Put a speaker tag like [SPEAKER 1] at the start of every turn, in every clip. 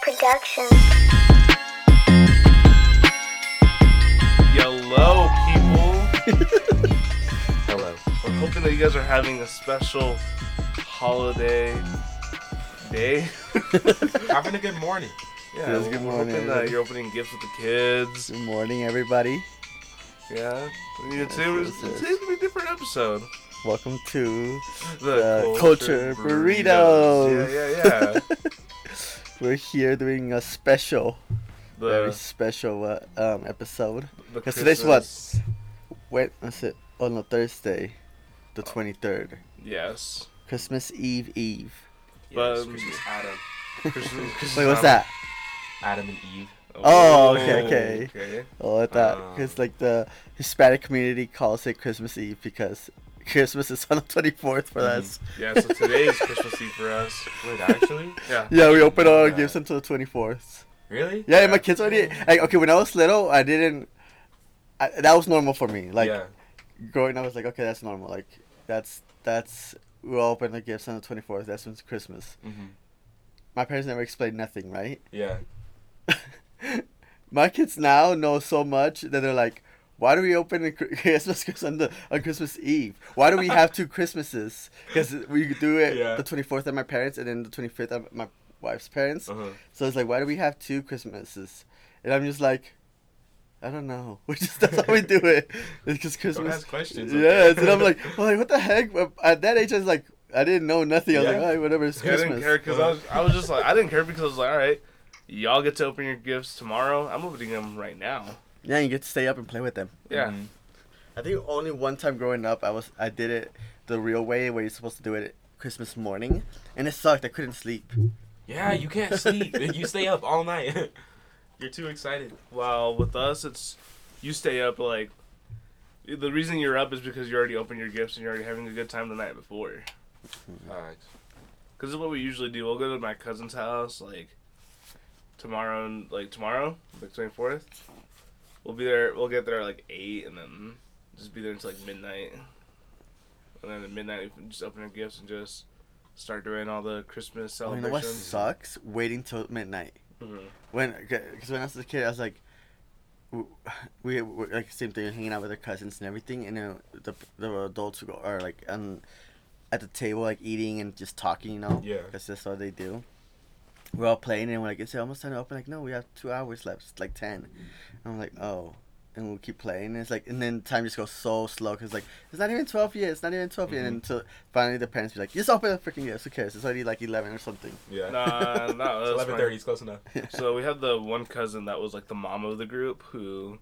[SPEAKER 1] Productions.
[SPEAKER 2] Hello, people.
[SPEAKER 3] Hello.
[SPEAKER 2] We're hoping that you guys are having a special holiday day.
[SPEAKER 3] Having a good morning.
[SPEAKER 2] Yeah,
[SPEAKER 4] Yes, good
[SPEAKER 2] we're
[SPEAKER 4] morning,
[SPEAKER 2] hoping that
[SPEAKER 4] everybody.
[SPEAKER 2] you're opening gifts with the kids.
[SPEAKER 4] Good morning, everybody.
[SPEAKER 2] Yeah. yeah today was,
[SPEAKER 4] yes, yes.
[SPEAKER 2] today's gonna be a different episode.
[SPEAKER 4] Welcome to.
[SPEAKER 2] The
[SPEAKER 4] Uh, culture burritos.
[SPEAKER 2] Yeah, yeah, yeah.
[SPEAKER 4] We're here doing a special, very
[SPEAKER 2] the,
[SPEAKER 4] special uh, um, episode.
[SPEAKER 2] the
[SPEAKER 4] Because today's what?
[SPEAKER 2] Christmas-
[SPEAKER 4] Wait, that's it. On a Thursday, the 23rd.
[SPEAKER 2] Yes.
[SPEAKER 4] Christmas Eve Eve.
[SPEAKER 2] But-
[SPEAKER 3] it's Christmas Adam.
[SPEAKER 2] Christmas- Christmas
[SPEAKER 4] Wait, what's
[SPEAKER 2] time.
[SPEAKER 4] that?
[SPEAKER 3] Adam and Eve.
[SPEAKER 4] Oh, okay,
[SPEAKER 2] Whoa,
[SPEAKER 4] okay.
[SPEAKER 2] okay.
[SPEAKER 4] Oh, I thought. Because, like, the Hispanic community calls it Christmas Eve because Christmas is on the 24th for us.
[SPEAKER 2] Mm-hmm. Yeah, so today is Christmas Eve for us.
[SPEAKER 3] Wait, actually?
[SPEAKER 2] Yeah.
[SPEAKER 4] Yeah, we open all our
[SPEAKER 3] Yeah.
[SPEAKER 4] gifts until the 24th.
[SPEAKER 3] Really?
[SPEAKER 4] Yeah, and my kids already. Like, okay, when I was little, I didn't. I, that was normal for me. Like
[SPEAKER 3] yeah.
[SPEAKER 4] growing up, I was like, okay, that's normal. Like that's that's we all open the gifts on the twenty fourth. That's when's Christmas.
[SPEAKER 3] Mm-hmm.
[SPEAKER 4] My parents never explained nothing, right?
[SPEAKER 3] Yeah.
[SPEAKER 4] my kids now know so much that they're like, why do we open a Chri- Christmas gifts on the on Christmas Eve? Why do we have two Christmases? Because we do it
[SPEAKER 3] Yeah.
[SPEAKER 4] the twenty fourth at my parents and then the twenty fifth at my wife's parents.
[SPEAKER 3] Uh-huh.
[SPEAKER 4] So it's like, why do we have two Christmases? And I'm just like, I don't know. We just that's how we do it. It's because Christmas.
[SPEAKER 3] ask questions,
[SPEAKER 4] Yeah,
[SPEAKER 3] okay?
[SPEAKER 4] and I'm like, I'm like, what the heck? At that age, I was like, I didn't know nothing. I was
[SPEAKER 3] Yeah.
[SPEAKER 4] like, all right, whatever, it's
[SPEAKER 2] I didn't care
[SPEAKER 4] Christmas.
[SPEAKER 2] because I was, I was just like, I didn't care because I was like, all right, y'all get to open your gifts tomorrow. I'm opening them right now.
[SPEAKER 4] Yeah, you get to stay up and play with them.
[SPEAKER 2] Yeah.
[SPEAKER 3] Mhm.
[SPEAKER 4] I think only one time growing up, I was I did it the real way where you're supposed to do it Christmas morning, and it sucked. I couldn't sleep.
[SPEAKER 3] Yeah, you can't sleep. you stay up all night. You're too excited.
[SPEAKER 2] Well, with us, it's you stay up like the reason you're up is because you already opened your gifts and you're already having a good time the night before.
[SPEAKER 3] Alright.
[SPEAKER 2] Because this is what we usually do. We'll go to my cousin's house like tomorrow, and like tomorrow, like twenty fourth. We'll be there. We'll get there at like eight, and then just be there until like midnight. And then at midnight, we can just open our gifts and just start doing all the Christmas
[SPEAKER 4] Oh, you know what
[SPEAKER 2] celebrations.
[SPEAKER 4] sucks? Waiting till midnight.
[SPEAKER 2] Mhm.
[SPEAKER 4] When, because when I was a kid, I was like, w- we were like same thing, hanging out with our cousins and everything, and then the the adults would go are like on, at the table like eating and just talking, you know.
[SPEAKER 3] Yeah.
[SPEAKER 4] That's just what they do. We're all playing and we're like, it's almost time to open. Like, no, we have two hours left, it's like ten. And I'm like, oh. And we'll keep playing. And it's like, and then time just goes so slow because like it's not even twelve yet. It's not even 12 yet. And until finally the parents be like, just open the freaking gifts. Who cares? It's already like eleven or something.
[SPEAKER 3] Yeah.
[SPEAKER 2] Nah, no,
[SPEAKER 3] it's
[SPEAKER 2] that's
[SPEAKER 3] eleven
[SPEAKER 2] fine.
[SPEAKER 3] thirty. It's close enough.
[SPEAKER 2] So we had the one cousin that was like the mom of the group who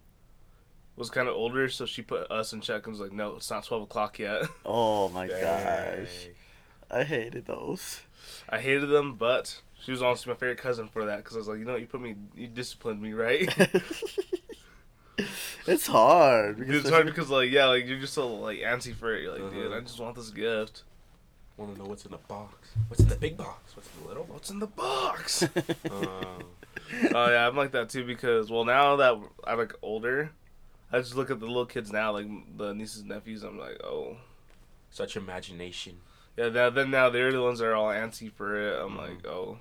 [SPEAKER 2] was kind of older, so she put us in check and was like, "No, it's not twelve o'clock yet."
[SPEAKER 4] Oh my gosh,
[SPEAKER 3] Dang.
[SPEAKER 4] I hated those.
[SPEAKER 2] I hated them, but she was honestly my favorite cousin for that because I was like, "You know, what, you put me, you disciplined me, right?"
[SPEAKER 4] it's hard.
[SPEAKER 2] Dude,
[SPEAKER 4] Because
[SPEAKER 2] it's hard because like yeah, like you're just so like antsy for it. You're like, dude,
[SPEAKER 3] Uh-huh.
[SPEAKER 2] I just want this gift.
[SPEAKER 3] Wanna know what's in the box? What's in the big box? What's in the little box?
[SPEAKER 2] What's in the box?
[SPEAKER 3] Um,
[SPEAKER 2] Oh yeah, I'm like that too because well now that I'm like older, I just look at the little kids now, like the nieces and nephews. I'm like, oh.
[SPEAKER 3] such imagination.
[SPEAKER 2] Yeah, now, then now they're the ones that are all antsy for it. I'm
[SPEAKER 3] Mhm.
[SPEAKER 2] like, oh,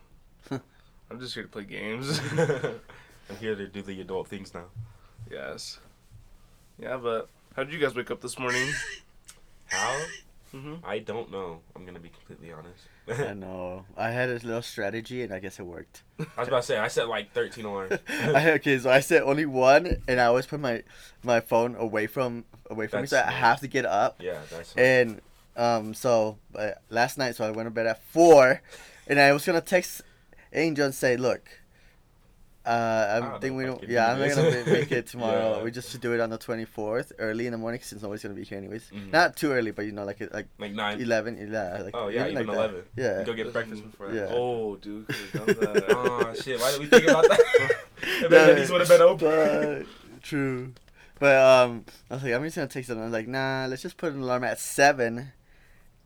[SPEAKER 2] I'm just here to play games.
[SPEAKER 3] I'm here to do the adult things now.
[SPEAKER 2] yes. Yeah, but how did you guys wake up this morning?
[SPEAKER 3] How?
[SPEAKER 2] hmm
[SPEAKER 3] I don't know. I'm gonna be completely
[SPEAKER 4] I
[SPEAKER 3] honest.
[SPEAKER 4] know. I had a little strategy, and I guess it worked.
[SPEAKER 3] I was about to say I set like 13 alarms.
[SPEAKER 4] I had- okay, so I said only one, and I always put my my phone away from away from me, so
[SPEAKER 3] That's
[SPEAKER 4] I
[SPEAKER 3] smart.
[SPEAKER 4] have to get up.
[SPEAKER 3] yeah, that's.
[SPEAKER 4] And um, so but last night, so I went to bed at four, and I was gonna text Angel and say, look. Uh,
[SPEAKER 3] I
[SPEAKER 4] I'm
[SPEAKER 3] don't
[SPEAKER 4] think
[SPEAKER 3] know
[SPEAKER 4] we
[SPEAKER 3] if I
[SPEAKER 4] don't.
[SPEAKER 3] can
[SPEAKER 4] Yeah,
[SPEAKER 3] do
[SPEAKER 4] I'm not
[SPEAKER 3] this.
[SPEAKER 4] gonna ma- make it tomorrow.
[SPEAKER 3] Yeah.
[SPEAKER 4] We just should do it on the 24th, early in the morning, since nobody's gonna be here anyways.
[SPEAKER 3] Mhm.
[SPEAKER 4] Not too early, but you know, like it- like
[SPEAKER 3] like nine.
[SPEAKER 4] 11, yeah, like
[SPEAKER 3] Oh, yeah,
[SPEAKER 4] like
[SPEAKER 3] even
[SPEAKER 4] that.
[SPEAKER 3] 11.
[SPEAKER 4] Yeah.
[SPEAKER 3] Go get breakfast before.
[SPEAKER 4] Yeah.
[SPEAKER 2] Oh, dude, could have done that.
[SPEAKER 3] Oh shit! Why did we think about that? if
[SPEAKER 4] Yeah.
[SPEAKER 3] yeah, these would have been open.
[SPEAKER 4] But- true. But um, I was like, I'm just gonna take something. I was like, nah, let's just put an alarm at seven,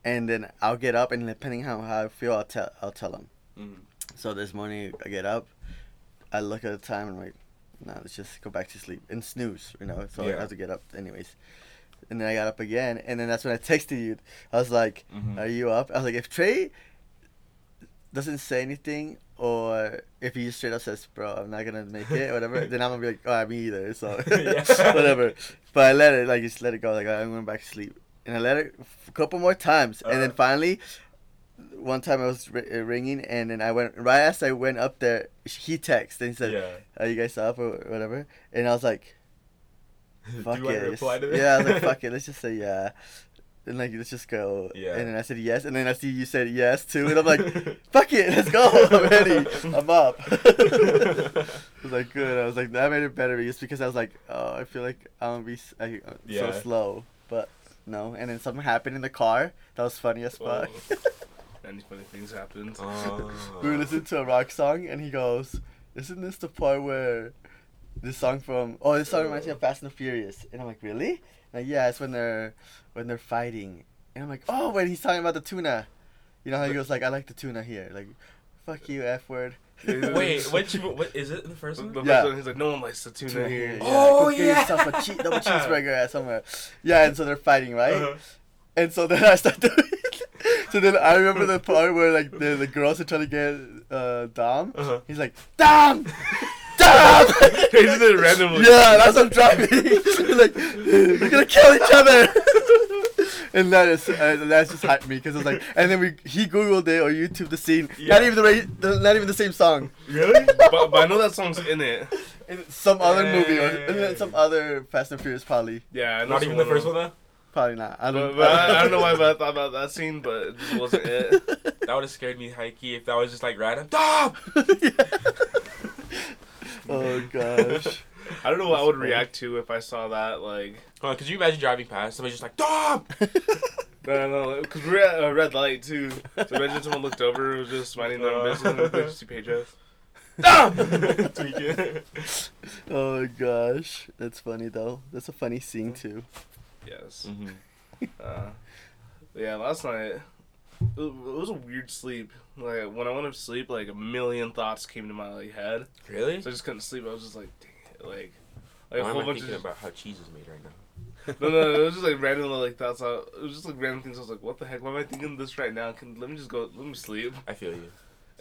[SPEAKER 4] and then I'll get up, and depending how how I feel, I'll tell I'll tell them.
[SPEAKER 3] Mhm.
[SPEAKER 4] So this morning I get up, I look at the time, and I'm like, nah, let's just go back to sleep and snooze, you know. So
[SPEAKER 3] Yeah.
[SPEAKER 4] I have to get up anyways. And then I got up again, and then that's when I texted you. I was like,
[SPEAKER 3] Mhm.
[SPEAKER 4] "Are you up?" I was like, "If Trey doesn't say anything, or if he straight up says, "Bro, I'm not gonna make it," whatever, then I'm gonna be like, "Oh, me either." So
[SPEAKER 3] Yeah.
[SPEAKER 4] whatever. But I let it like just let it go. Like I went back to sleep, and I let it a couple more times, and then
[SPEAKER 3] Uh.
[SPEAKER 4] finally, one time I was ri- uh, ringing, and then I went right as I went up there, sh- he texted and he said,
[SPEAKER 3] yeah.
[SPEAKER 4] "Are you guys up or whatever?" And I was like, "Fuck
[SPEAKER 3] Do
[SPEAKER 4] it."
[SPEAKER 3] I reply to that?
[SPEAKER 4] Yeah, I was like, "Fuck it." Let's just say yeah. And like let's just go.
[SPEAKER 3] Yeah.
[SPEAKER 4] And then I said yes, and then I see you said yes too, and I'm like, fuck it, let's go already. I'm up. I was like, good. I was like, that made it better just because I was like, oh, I feel like I'm gonna be s- I, uh,
[SPEAKER 3] Yeah.
[SPEAKER 4] so slow, but no. And then something happened in the car that was funny as fuck.
[SPEAKER 2] Any funny things happened?
[SPEAKER 3] Oh.
[SPEAKER 4] we were listening to a rock song, and he goes, "Isn't this the part where this song from? Oh, this song reminds me of Fast and the Furious." And I'm like, "Really?" Like, yeah, it's when they're when they're fighting, and I'm like, "Oh, when he's talking about the tuna, you know how he goes like, I like the tuna here, like, fuck you, f word."
[SPEAKER 3] Wait, what? You, what is it? The first
[SPEAKER 2] The
[SPEAKER 3] one?
[SPEAKER 2] first
[SPEAKER 4] Yeah.
[SPEAKER 2] one, he's like, no one likes the tuna here.
[SPEAKER 4] Yeah,
[SPEAKER 3] Oh,
[SPEAKER 4] go get
[SPEAKER 3] yeah.
[SPEAKER 4] yourself a che- double cheeseburger at somewhere. Yeah, and so they're fighting, right?
[SPEAKER 3] Uh-huh.
[SPEAKER 4] And so then I start doing. so then I remember the part where like the, the girls are trying to get uh, Dom.
[SPEAKER 3] Uh-huh.
[SPEAKER 4] He's like Dom, Dom.
[SPEAKER 2] He just did it randomly.
[SPEAKER 4] Yeah, that's what I'm driving. like we're gonna kill each other. And that is uh, that just hyped me because I was like, and then we he googled it or YouTube the scene.
[SPEAKER 3] Yeah.
[SPEAKER 4] Not even the, ra- the not even the same song.
[SPEAKER 3] Really?
[SPEAKER 2] but, but I know that song's in it.
[SPEAKER 4] In some other movie or in
[SPEAKER 3] Hey.
[SPEAKER 4] some other Fast and Furious probably.
[SPEAKER 2] Yeah, I know
[SPEAKER 3] Not even the
[SPEAKER 2] someone
[SPEAKER 3] first
[SPEAKER 2] else.
[SPEAKER 3] one though.
[SPEAKER 4] Probably not.
[SPEAKER 2] But,
[SPEAKER 4] I don't.
[SPEAKER 2] but I, I don't know why but I thought about that scene, but it just wasn't it.
[SPEAKER 3] That would have scared me, Heike, if that was just like random. Stop!
[SPEAKER 4] Oh gosh.
[SPEAKER 2] I don't know what I would react to if I saw that. Like,
[SPEAKER 3] Oh, could you imagine driving past somebody just like stop?
[SPEAKER 2] I don't know, because we're at a red light too. So imagine someone looked over, was just minding their own business, and they just see Pedro.
[SPEAKER 3] Stop! Tweaking.
[SPEAKER 4] oh gosh, that's funny though. That's a funny scene too.
[SPEAKER 2] Yes.
[SPEAKER 3] hmm
[SPEAKER 2] Uh, yeah, last night it wa- it was a weird sleep. Like when I went to sleep, like a million thoughts came to my like, head,
[SPEAKER 3] Really?
[SPEAKER 2] so I just couldn't sleep. I was just like, dang it, like, like
[SPEAKER 3] Why
[SPEAKER 2] a
[SPEAKER 3] am
[SPEAKER 2] whole
[SPEAKER 3] I
[SPEAKER 2] bunch
[SPEAKER 3] thinking
[SPEAKER 2] of
[SPEAKER 3] about how cheese is made right now?
[SPEAKER 2] no, no, no, it was just like random like thoughts. Out. It was just like random things. I was like, what the heck? Why am I thinking this right now? Can let me just go. Let me sleep.
[SPEAKER 3] I feel you.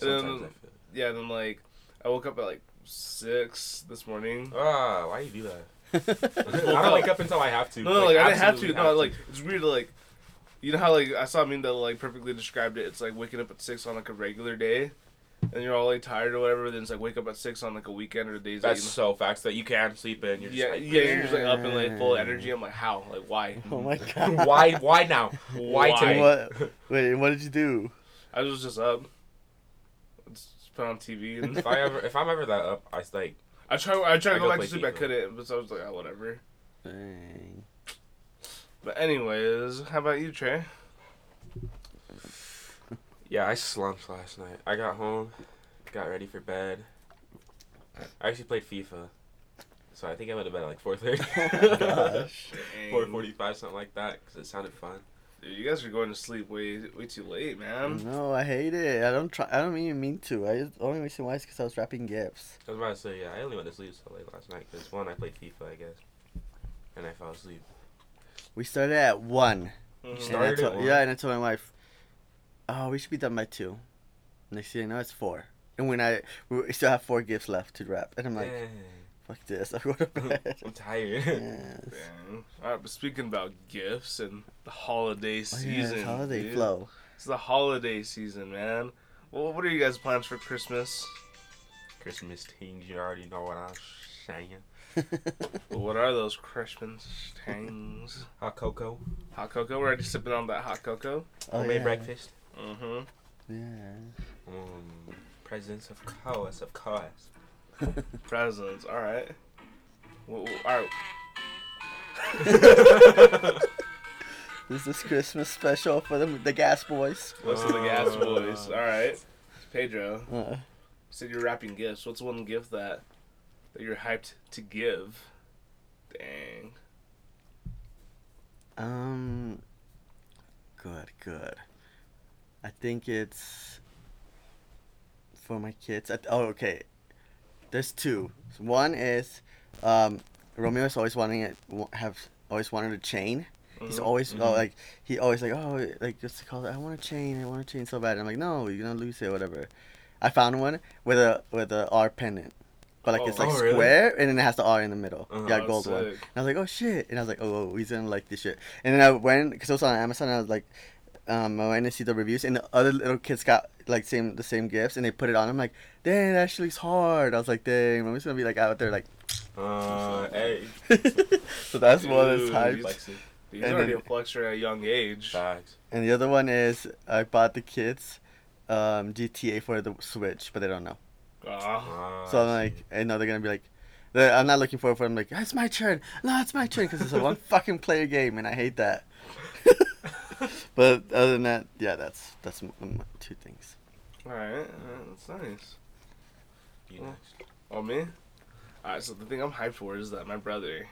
[SPEAKER 2] And then-
[SPEAKER 3] Sometimes I feel. you.
[SPEAKER 2] Yeah. And then like I woke up at like six this morning.
[SPEAKER 3] Ah, why you do that? I
[SPEAKER 2] woke
[SPEAKER 4] Oh,
[SPEAKER 3] don't
[SPEAKER 2] up.
[SPEAKER 3] wake up until I have to.
[SPEAKER 2] No, no, like I didn't have to.
[SPEAKER 3] absolutely
[SPEAKER 2] No, like it's weird. Like you know how like I saw a meme that like perfectly described it. It's like waking up at six on like a regular day, and you're all like tired or whatever. Then it's like wake up at six on like a weekend or days.
[SPEAKER 3] That's
[SPEAKER 2] that,
[SPEAKER 3] so facts that you can sleep in.
[SPEAKER 2] you
[SPEAKER 3] You're
[SPEAKER 2] know, yeah,
[SPEAKER 3] just
[SPEAKER 2] yeah. You're just like up and like full of energy. I'm like, how? Like why?
[SPEAKER 4] Oh my
[SPEAKER 3] like,
[SPEAKER 4] god.
[SPEAKER 3] why? Why now? Why,
[SPEAKER 2] Why?
[SPEAKER 3] today?
[SPEAKER 4] What? Wait, and what did you do?
[SPEAKER 2] I was just up. Just put on TV and
[SPEAKER 3] If I ever, if I'm ever that up, I s- like.
[SPEAKER 2] I try. I tried
[SPEAKER 3] I
[SPEAKER 2] to
[SPEAKER 3] go
[SPEAKER 2] go back
[SPEAKER 3] play
[SPEAKER 2] to sleep. I
[SPEAKER 3] FIFA.
[SPEAKER 2] couldn't, but so I was like, oh, whatever. But anyways, how about you, Trey?
[SPEAKER 3] Yeah, I slumped last night. I got home, got ready for bed. I actually played FIFA, so I think I went to bed at like four thirty.
[SPEAKER 4] Oh, Gosh.
[SPEAKER 3] Four forty-five, something like that, because it sounded fun.
[SPEAKER 2] Dude, you guys are going to sleep way way too late,
[SPEAKER 3] Um,
[SPEAKER 2] man.
[SPEAKER 4] No, I hate it. I don't try. I don't even mean to. I just, the only reason why is because I was wrapping gifts.
[SPEAKER 3] I was about to say, yeah, I only went to sleep so late last night because one, I played FIFA, I guess, and I fell asleep.
[SPEAKER 4] We started at one.
[SPEAKER 3] Mm-hmm.
[SPEAKER 2] Mhm.
[SPEAKER 4] And I
[SPEAKER 3] Started at
[SPEAKER 4] told-
[SPEAKER 3] one?
[SPEAKER 4] Yeah, and I told my wife, "Oh, we should be done by two. Next thing I know, it's four. And when I we still have four gifts left to wrap, and I'm like,
[SPEAKER 3] Dang.
[SPEAKER 4] "Fuck this! I go to bed."
[SPEAKER 3] I'm tired.
[SPEAKER 4] Yes.
[SPEAKER 2] Dang. All right, but speaking about gifts and the holiday
[SPEAKER 4] Oh, yeah,
[SPEAKER 2] season,
[SPEAKER 4] it's holiday
[SPEAKER 2] dude.
[SPEAKER 4] flow.
[SPEAKER 2] It's the holiday season, man. Well, what are you guys' plans for Christmas?
[SPEAKER 3] Christmas things, you already know what I'm saying.
[SPEAKER 4] Oh,
[SPEAKER 2] Well, what are those Christmas tangs?
[SPEAKER 3] Hot cocoa,
[SPEAKER 2] Hot cocoa. We're already sipping on that hot cocoa.
[SPEAKER 3] homemade
[SPEAKER 4] Oh, yeah.
[SPEAKER 3] breakfast,
[SPEAKER 2] Mm-hmm.
[SPEAKER 4] Yeah.
[SPEAKER 3] um, presents of course, of course.
[SPEAKER 2] Presents. All right. Well, all right.
[SPEAKER 4] This is Christmas special for the, the Gas Boys.
[SPEAKER 2] What's in the gas
[SPEAKER 3] Uh.
[SPEAKER 2] boys? All right. Pedro.
[SPEAKER 4] Uh,
[SPEAKER 2] said you're wrapping gifts. What's one gift that that you're hyped to give? Dang.
[SPEAKER 4] um, good, good. I think it's for my kids. I, oh, okay. There's two. One is um, Romeo's always wanting it. wa- Have always wanted a chain. He's
[SPEAKER 2] Mhm.
[SPEAKER 4] always oh,
[SPEAKER 3] Mhm.
[SPEAKER 4] like he always like oh like just call it. I want a chain. I want a chain so bad. I'm like no, you're gonna lose it. Whatever. I found one with a with a R pendant, but like it's
[SPEAKER 2] Oh,
[SPEAKER 4] like
[SPEAKER 3] oh, really?
[SPEAKER 4] square and then it has the R in the middle.
[SPEAKER 3] Uh-huh.
[SPEAKER 4] yeah,
[SPEAKER 2] Oh,
[SPEAKER 4] gold one. And
[SPEAKER 2] sick.
[SPEAKER 4] I was like, oh shit, and I was like, oh, whoa, he's gonna like this shit. And then I went because it was on Amazon. and I was like, um, I went to see the reviews, and the other little kids got like same the same gifts, and they put it on. I'm like, dang, that shit looks hard. I was like, dang, mommy's gonna be like out there like.
[SPEAKER 3] Uh, hey,
[SPEAKER 4] so that's one of
[SPEAKER 2] Dude,
[SPEAKER 4] the types.
[SPEAKER 2] you like-
[SPEAKER 3] flexing.
[SPEAKER 2] He's
[SPEAKER 4] And
[SPEAKER 2] already
[SPEAKER 4] then-
[SPEAKER 2] a flexor at a young age.
[SPEAKER 3] Facts.
[SPEAKER 4] And the other one is I bought the kids um, GTA for the Switch, but they don't know.
[SPEAKER 2] Aw.
[SPEAKER 3] Ah,
[SPEAKER 4] so I'm
[SPEAKER 3] I
[SPEAKER 4] like,
[SPEAKER 3] see.
[SPEAKER 4] I know they're gonna be like, they're- I'm not looking forward for. it. I'm like, it's my turn. No, it's my turn because it's a one fucking player game, and I hate that. but other than that, yeah, that's that's m- m- two things.
[SPEAKER 2] All right, all right, uh, that's nice.
[SPEAKER 3] You
[SPEAKER 2] Well,
[SPEAKER 3] next.
[SPEAKER 2] Oh me? Alright, so the thing I'm hyped for is that my brother.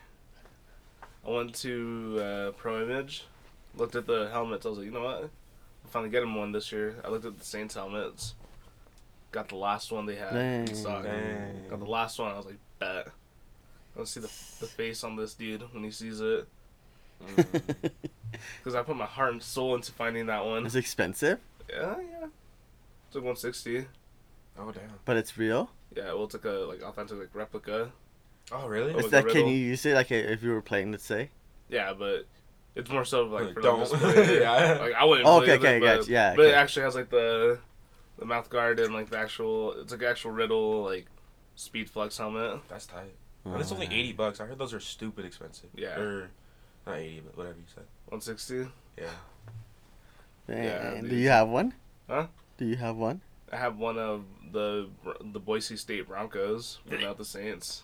[SPEAKER 2] I went to uh, Pro Image, looked at the helmets. I was like, you know what? I finally get him one this year. I looked at the Saints helmets, got the last one they had in
[SPEAKER 4] Dang.
[SPEAKER 2] stock.
[SPEAKER 3] Dang.
[SPEAKER 2] Got the last one. I was like, bet. I want to see the the face on this dude when he sees it,
[SPEAKER 3] Mm.
[SPEAKER 2] because I put my heart and soul into finding that one.
[SPEAKER 4] it's expensive,
[SPEAKER 2] Yeah, Uh, yeah. It's like 160.
[SPEAKER 3] oh damn.
[SPEAKER 4] but it's real.
[SPEAKER 2] Yeah, well, it's like a like authentic like replica.
[SPEAKER 3] Oh really?
[SPEAKER 2] Oh,
[SPEAKER 4] Is
[SPEAKER 2] it's a
[SPEAKER 4] that can
[SPEAKER 2] riddle.
[SPEAKER 4] you use it like if you were playing, let's say?
[SPEAKER 2] Yeah, but it's more so of, like
[SPEAKER 3] Like,
[SPEAKER 2] for
[SPEAKER 3] don't.
[SPEAKER 2] like, display.
[SPEAKER 3] Yeah.
[SPEAKER 2] Like I wouldn't.
[SPEAKER 4] Oh,
[SPEAKER 2] play
[SPEAKER 4] okay,
[SPEAKER 2] with it,
[SPEAKER 4] okay,
[SPEAKER 2] but,
[SPEAKER 4] gotcha, yeah,
[SPEAKER 2] But it
[SPEAKER 4] okay.
[SPEAKER 2] actually has like the the mouth guard and like the actual. It's like actual riddle like speed flex helmet.
[SPEAKER 3] Oh, That's tight. But it's only
[SPEAKER 4] Uh,
[SPEAKER 3] eighty bucks. I heard those are stupid expensive.
[SPEAKER 2] Yeah.
[SPEAKER 3] Or not eighty, but whatever you said.
[SPEAKER 2] One sixty.
[SPEAKER 3] Yeah.
[SPEAKER 2] Yeah,
[SPEAKER 4] man, do
[SPEAKER 2] dude.
[SPEAKER 4] you have one?
[SPEAKER 2] Huh?
[SPEAKER 4] Do you have one?
[SPEAKER 2] I have one of the the Boise State Broncos without the Saints.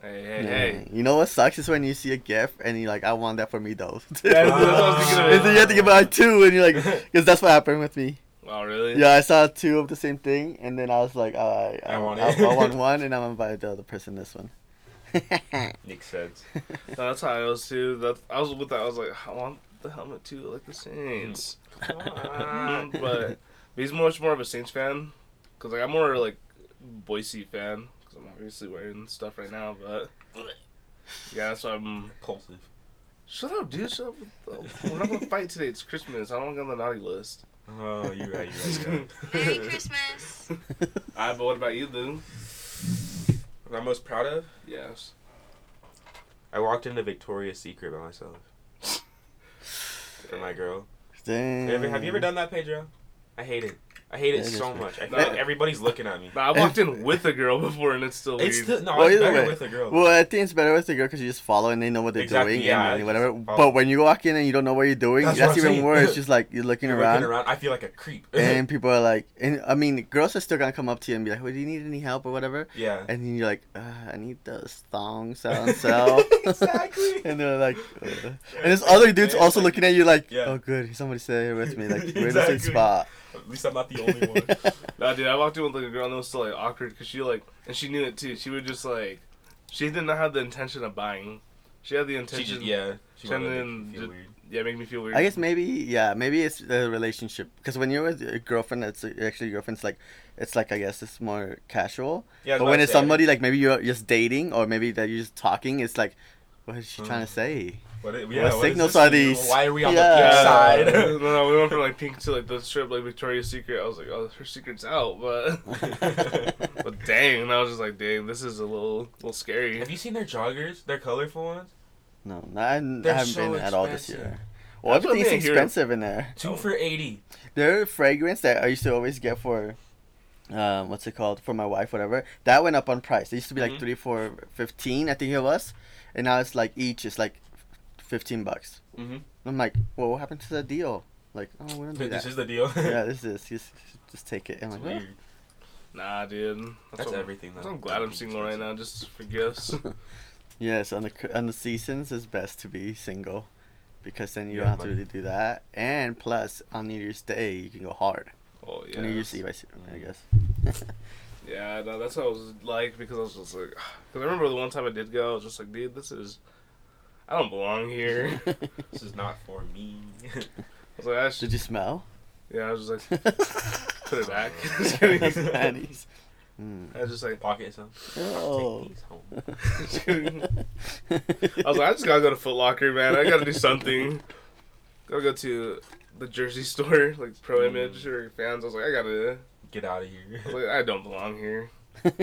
[SPEAKER 2] Hey, hey, hey.
[SPEAKER 4] Dang. You know what sucks is when you see a gift and you're like, I want that for me though.
[SPEAKER 2] that's what I was thinking of.
[SPEAKER 4] And then you have to get buy two, and you're like, because that's what happened with me.
[SPEAKER 2] Wow, really?
[SPEAKER 4] Yeah, I saw two of the same thing, and then I was like, all right,
[SPEAKER 3] I want
[SPEAKER 4] I,
[SPEAKER 3] it.
[SPEAKER 4] I want one, and I'm gonna buy the other person this one.
[SPEAKER 3] Makes sense.
[SPEAKER 2] No, that's how I was too. That's I was with that. I was like, I want the helmet too, like the Saints. Um, but he's much more of a Saints fan because like I'm more like Boise fan because I'm obviously wearing stuff right now. But yeah, that's why I'm.
[SPEAKER 3] Impulsive.
[SPEAKER 2] Shut up, dude. Shut up. We're not gonna fight today. It's Christmas. I don't get on the naughty list.
[SPEAKER 3] Oh, you're right. You're right.
[SPEAKER 1] Merry Christmas.
[SPEAKER 2] Alright, but what about you, Lou?
[SPEAKER 3] What I'm most proud of?
[SPEAKER 2] Yes.
[SPEAKER 3] I walked into Victoria's Secret by myself for my girl.
[SPEAKER 4] Dang.
[SPEAKER 3] Have you, ever, have you ever done that, Pedro? I hate it. I hate it
[SPEAKER 4] Yeah, it
[SPEAKER 3] so
[SPEAKER 4] Mm. is
[SPEAKER 3] much. I feel
[SPEAKER 2] No.
[SPEAKER 3] like everybody's looking at me.
[SPEAKER 2] Nah, I walked in with a girl before, and it's still
[SPEAKER 3] It's
[SPEAKER 2] weird.
[SPEAKER 3] still no.
[SPEAKER 4] Well,
[SPEAKER 3] it's
[SPEAKER 4] either
[SPEAKER 3] better
[SPEAKER 4] way.
[SPEAKER 3] with a girl.
[SPEAKER 4] Well, I think it's better with the girl because you just follow and they know what they're
[SPEAKER 3] Exactly,
[SPEAKER 4] doing
[SPEAKER 3] yeah,
[SPEAKER 4] and,
[SPEAKER 3] I just
[SPEAKER 4] whatever.
[SPEAKER 3] follow.
[SPEAKER 4] But when you walk in and you don't know what you're doing,
[SPEAKER 3] That's
[SPEAKER 4] that's,
[SPEAKER 3] what I'm
[SPEAKER 4] even
[SPEAKER 3] saying.
[SPEAKER 4] worse. Just like you're looking
[SPEAKER 3] You're
[SPEAKER 4] around,
[SPEAKER 3] looking around. I feel like a creep.
[SPEAKER 4] and people are like, and I mean, girls are still gonna come up to you and be like, "Well, do you need any help or whatever?"
[SPEAKER 3] yeah.
[SPEAKER 4] And then you're like, uh, I need those thongs so and so.
[SPEAKER 3] Exactly.
[SPEAKER 4] and they're like, uh. and this other dude's
[SPEAKER 3] Yeah,
[SPEAKER 4] also
[SPEAKER 3] like-
[SPEAKER 4] looking at you like,
[SPEAKER 3] Yeah.
[SPEAKER 4] oh, good, somebody stay here with me. Like, we're in the
[SPEAKER 3] Exactly.
[SPEAKER 4] same spot.
[SPEAKER 3] At least I'm not the only one.
[SPEAKER 2] Nah, dude, I walked in with like a girl and it was still like awkward because she like, and she knew it too. She would just like, she did not have the intention of buying. She had the
[SPEAKER 3] She
[SPEAKER 2] intention.
[SPEAKER 3] just yeah. She
[SPEAKER 2] Shannon
[SPEAKER 3] wanted to make me feel
[SPEAKER 2] did-
[SPEAKER 3] weird.
[SPEAKER 2] yeah, make me feel weird.
[SPEAKER 4] I guess maybe, yeah, maybe it's the relationship. Because when you're with a girlfriend, that's actually your girlfriend's like, it's like, I guess it's more casual.
[SPEAKER 3] Yeah.
[SPEAKER 4] but when it's somebody like maybe you're just dating or maybe that you're just talking, it's like, what is she trying to say?
[SPEAKER 3] What, i-
[SPEAKER 4] what
[SPEAKER 3] is
[SPEAKER 4] signals
[SPEAKER 3] this
[SPEAKER 4] are
[SPEAKER 3] to you?
[SPEAKER 4] these?
[SPEAKER 3] Why are we on
[SPEAKER 4] Yeah.
[SPEAKER 2] Yeah,
[SPEAKER 3] the pink
[SPEAKER 2] no, no, we went from like pink to like the strip, like Victoria's Secret. I was like, oh, her secret's out,
[SPEAKER 3] Hmm.
[SPEAKER 2] but
[SPEAKER 3] side?
[SPEAKER 2] but dang, and I was just like, dang, this is a little little scary.
[SPEAKER 3] Have you seen their joggers? Their colorful ones.
[SPEAKER 4] No, no I, I haven't
[SPEAKER 3] They're
[SPEAKER 4] been
[SPEAKER 3] so
[SPEAKER 4] at all this
[SPEAKER 3] expensive.
[SPEAKER 4] year. Well,
[SPEAKER 2] That's what
[SPEAKER 4] everything's
[SPEAKER 2] I mean, here-
[SPEAKER 4] expensive in there.
[SPEAKER 3] Two
[SPEAKER 2] Oh.
[SPEAKER 3] for eighty.
[SPEAKER 4] their fragrance that I used to always get for, um, what's it called for my wife, whatever. That went up on price. It used to be
[SPEAKER 3] Mm-hmm.
[SPEAKER 2] Mhm.
[SPEAKER 4] like three, four, fifteen, I think it was, and now it's like each is like, fifteen bucks.
[SPEAKER 3] Mhm.
[SPEAKER 4] I'm like, well, what happened to the deal? Like, oh, we don't do
[SPEAKER 3] This
[SPEAKER 4] that.
[SPEAKER 3] is the deal.
[SPEAKER 4] yeah, this is just, just take it. I'm
[SPEAKER 3] It's
[SPEAKER 4] like,
[SPEAKER 3] weird.
[SPEAKER 2] Nah, dude, that's,
[SPEAKER 3] That's
[SPEAKER 2] what-
[SPEAKER 3] everything,
[SPEAKER 2] that's
[SPEAKER 3] though.
[SPEAKER 2] why I'm glad I'm single right now, just for gifts.
[SPEAKER 4] yes, on the cr- on the seasons, it's best to be single, because then you
[SPEAKER 3] Yeah,
[SPEAKER 4] don't have to
[SPEAKER 3] money.
[SPEAKER 4] really do that. And plus, on New Year's Day, you can go hard.
[SPEAKER 2] Oh
[SPEAKER 4] New
[SPEAKER 2] yeah.
[SPEAKER 4] Year's Eve, I s- I
[SPEAKER 3] Mm.
[SPEAKER 4] guess.
[SPEAKER 2] Yeah, no, that's what I was like because I was just like, because I remember the one time I did go, I was just like, dude, this is, I don't belong here. I
[SPEAKER 3] This is not for me.
[SPEAKER 2] was like, I should,
[SPEAKER 4] Did you smell?
[SPEAKER 2] yeah, I was just like, put it back. Just kidding. I
[SPEAKER 4] Panties. Mm.
[SPEAKER 2] was just like,
[SPEAKER 3] Pocket some.
[SPEAKER 4] Oh.
[SPEAKER 3] Take these home.
[SPEAKER 2] Just kidding. I was like, I just gotta go to Foot Locker, man. I gotta do something. Gotta go to the jersey store, like Pro
[SPEAKER 4] Mm.
[SPEAKER 2] Image or fans. I was like, I gotta,
[SPEAKER 3] Get out of here.
[SPEAKER 2] I, was like, I don't belong here. But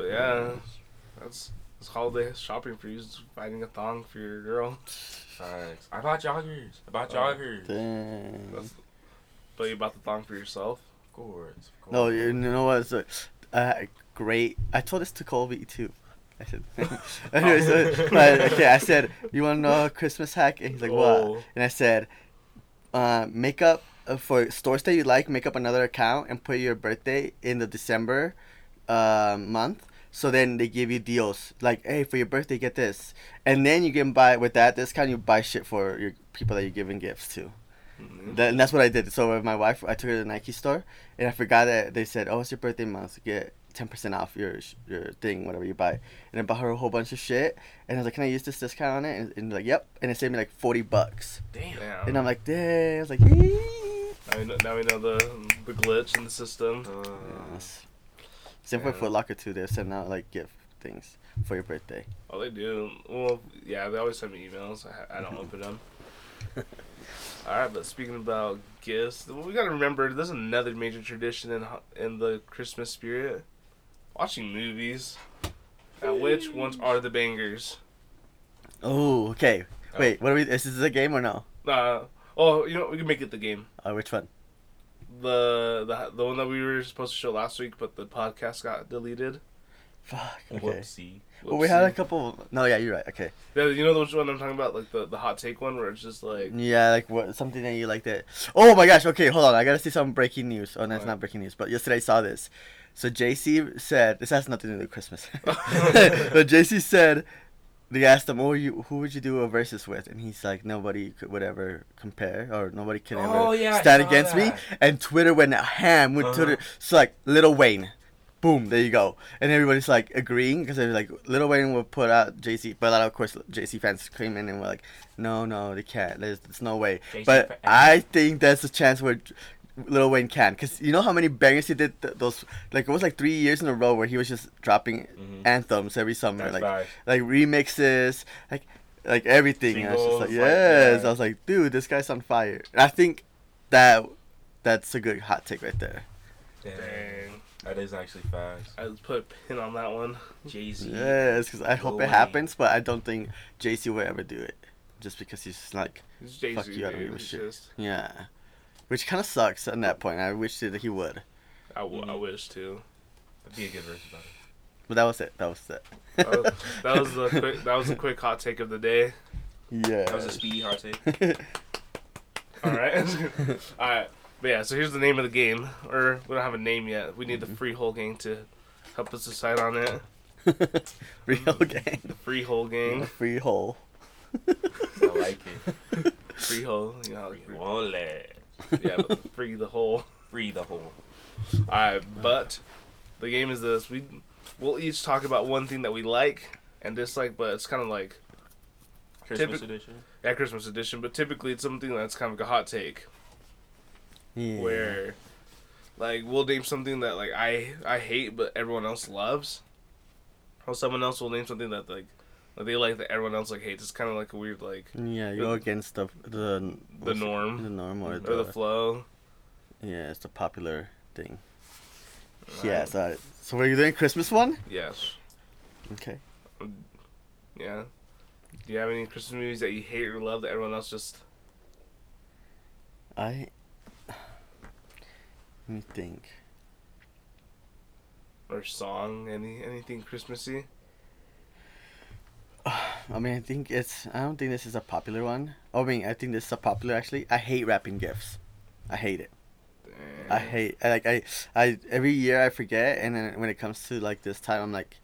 [SPEAKER 2] yeah,
[SPEAKER 4] Mm.
[SPEAKER 2] that's that's holiday shopping for you. Is finding a thong for your girl.
[SPEAKER 3] Facts. I bought joggers. I bought
[SPEAKER 2] Oh.
[SPEAKER 3] joggers.
[SPEAKER 4] Dang.
[SPEAKER 2] That's, but you bought the thong for yourself.
[SPEAKER 3] Of course. Of course.
[SPEAKER 4] No, you know what? So, uh, great. I told this to Colby too. I said, anyway, so, but, okay, I said, you want to know a Christmas hack? And he's like,
[SPEAKER 2] Oh.
[SPEAKER 4] what? And I said, uh, make up uh, for stores that you like, make up another account and put your birthday in the December uh, month. So then they give you deals like, hey, for your birthday, get this, and then you can buy with that discount. You buy shit for your people that you're giving gifts to.
[SPEAKER 2] Mhm.
[SPEAKER 4] That, and that's what I did. So with my wife, I took her to the Nike store, and I forgot that they said, "Oh, it's your birthday month. Get ten percent off your sh- your thing, whatever you buy." And I bought her a whole bunch of shit, and I was like, "Can I use this discount on it?" And, and like, "Yep." And it saved me like forty bucks.
[SPEAKER 3] Damn.
[SPEAKER 2] Damn.
[SPEAKER 4] And I'm like, "Dang!" I was like, "Yee."
[SPEAKER 2] now, we know, now we know the the glitch in the system.
[SPEAKER 3] Uh,
[SPEAKER 4] Yes. Same for
[SPEAKER 2] Yeah.
[SPEAKER 4] Foot Locker too. They're sending out like gift things for your birthday.
[SPEAKER 2] Oh, they do. Well, yeah, they always send me emails. I, I don't open them. All right, but speaking about gifts, we gotta remember there's another major tradition in ho- in the Christmas spirit: watching movies. Now, which ones are the bangers?
[SPEAKER 4] Oh, okay.
[SPEAKER 3] Oh.
[SPEAKER 4] Wait, what are we? Is this a game or no?
[SPEAKER 2] Uh, oh, you know we can make it the game.
[SPEAKER 4] Uh, which one?
[SPEAKER 2] The the the one that we were supposed to show last week, but the podcast got deleted.
[SPEAKER 4] Fuck. Okay.
[SPEAKER 3] Whoopsie.
[SPEAKER 4] Well, we had a
[SPEAKER 2] Whoopsie.
[SPEAKER 4] couple. No, yeah, you're right. Okay.
[SPEAKER 2] Yeah, you know the one I'm talking about, like the, the hot take one, where it's just like
[SPEAKER 4] Yeah, like what something that you like that. Oh my gosh! Okay, hold on. I gotta see some breaking news. Oh, no, it's
[SPEAKER 2] Alright.
[SPEAKER 4] not breaking news. But yesterday I saw this. So JC said this has nothing to do with Christmas. but JC said they asked him, "Oh, you who would you do a versus with?" And he's like, "Nobody could would ever compare, or nobody can ever
[SPEAKER 3] Oh, yeah, I
[SPEAKER 4] stand
[SPEAKER 3] saw
[SPEAKER 4] against me."
[SPEAKER 3] that.
[SPEAKER 4] And Twitter went ham with
[SPEAKER 3] Uh-huh.
[SPEAKER 4] Twitter. So like Little Wayne. Boom! There you go, and everybody's like agreeing because they're like, Little Wayne will put out JC, but a lot of course JC fans came in and were like, no, no, they can't. There's, there's no way.
[SPEAKER 3] JC
[SPEAKER 4] But
[SPEAKER 3] for-
[SPEAKER 4] I think that's a chance where Lil Wayne can, cause you know how many bangers he did th- those. Like it was like three years in a row where he was just dropping
[SPEAKER 3] Mhm.
[SPEAKER 4] anthems every summer,
[SPEAKER 3] That's
[SPEAKER 4] like
[SPEAKER 3] facts.
[SPEAKER 4] like remixes, like like everything. And I was just
[SPEAKER 3] Singles,
[SPEAKER 4] like,
[SPEAKER 3] like,
[SPEAKER 4] yes.
[SPEAKER 3] yeah.
[SPEAKER 4] I was like, dude, this guy's on fire. And I think that that's a good hot take right there.
[SPEAKER 3] Dang.
[SPEAKER 2] Dang.
[SPEAKER 3] That is actually facts.
[SPEAKER 2] I just put a pin on that one.
[SPEAKER 3] Jay Z.
[SPEAKER 4] Yes, cause I hope
[SPEAKER 3] Lil
[SPEAKER 4] it
[SPEAKER 3] Wayne.
[SPEAKER 4] happens, but I don't think JC will ever do it, just because he's like
[SPEAKER 2] It's Jay
[SPEAKER 4] Fuck
[SPEAKER 2] Z.
[SPEAKER 4] you, I don't give a shit.
[SPEAKER 2] Just,
[SPEAKER 4] Yeah. Which kind of sucks at that point. I wish that he would.
[SPEAKER 2] I, w- I
[SPEAKER 3] Mhm.
[SPEAKER 2] wish too.
[SPEAKER 3] That'd be a good verse about it.
[SPEAKER 4] But that was it. That was it.
[SPEAKER 2] That was, that was the quick. That was the quick hot take of the day.
[SPEAKER 4] Yeah.
[SPEAKER 3] That was a speedy hard take.
[SPEAKER 2] All right, all right. But yeah, so here's the name of the game, or we don't have a name yet. We need
[SPEAKER 4] Mm-hmm.
[SPEAKER 2] the free whole gang to help us decide on it.
[SPEAKER 4] Real gang.
[SPEAKER 2] The free whole gang,
[SPEAKER 4] Free hole.
[SPEAKER 3] I like it.
[SPEAKER 2] free whole. You know, how like,
[SPEAKER 3] Free wallet.
[SPEAKER 2] free- yeah, but free the whole.
[SPEAKER 3] Free the whole.
[SPEAKER 2] All right, but the game is this: we we'll each talk about one thing that we like and dislike, but it's kind of like
[SPEAKER 3] Christmas
[SPEAKER 2] Typic-
[SPEAKER 3] edition.
[SPEAKER 2] yeah, Christmas edition. But typically, it's something that's kind of like a hot take.
[SPEAKER 4] Yeah.
[SPEAKER 2] where like we'll name something that like I I hate but everyone else loves, or someone else will name something that like that they like that everyone else like hates. It's kind of like a weird like
[SPEAKER 4] Yeah, you go against the the
[SPEAKER 2] the
[SPEAKER 4] what's it- The
[SPEAKER 2] norm
[SPEAKER 4] norm or the,
[SPEAKER 2] or the flow.
[SPEAKER 4] yeah, it's the popular thing. Yeah. So, so were you doing Christmas one?
[SPEAKER 2] Yes.
[SPEAKER 4] Okay.
[SPEAKER 2] Yeah. Do you have any Christmas movies that you hate or love that everyone else just?
[SPEAKER 4] I. Let me think.
[SPEAKER 2] Or song, any anything Christmassy?
[SPEAKER 4] I mean, I think it's. I don't think this is a popular one. Oh, I mean, I think this is a popular actually. I hate wrapping gifts. I hate it. I
[SPEAKER 2] Dang.
[SPEAKER 4] hate I, like I I every year I forget and then when it comes to like this time I'm like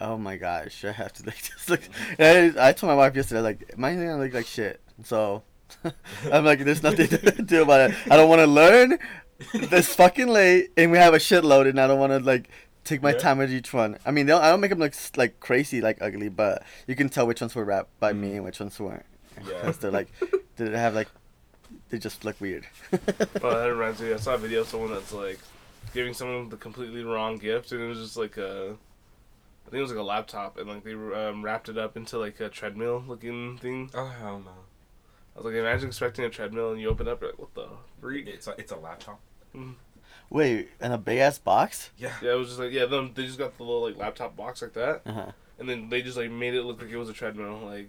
[SPEAKER 4] oh my gosh I have to like just look and I, I told my wife yesterday like mine's gonna look like shit so I'm like there's nothing to do about it I don't want to learn it's fucking late and we have a shitload and I don't want to like take my
[SPEAKER 3] Yeah.
[SPEAKER 4] time with each one I mean they don't- I don't make them look s- like crazy like ugly but you can tell which ones were wrapped by me and which ones weren't
[SPEAKER 3] Mm. Yeah.
[SPEAKER 4] because they're like did it have like they just look weird
[SPEAKER 2] Well, Oh, that reminds me. I saw a video of someone that's like giving someone the completely wrong gift, and it was just like a, I think it was like a laptop, and like they um, wrapped it up into like a treadmill looking thing.
[SPEAKER 3] Oh hell no.
[SPEAKER 2] I was like, imagine expecting a treadmill and you open up, you're like, what the freak?
[SPEAKER 1] It's a, it's a laptop.
[SPEAKER 4] Wait, in a big ass box?
[SPEAKER 1] Yeah.
[SPEAKER 2] Yeah, it was just like, yeah, them, they just got the little like laptop box like that,
[SPEAKER 4] Uh huh.
[SPEAKER 2] and then they just like made it look like it was a treadmill. Like,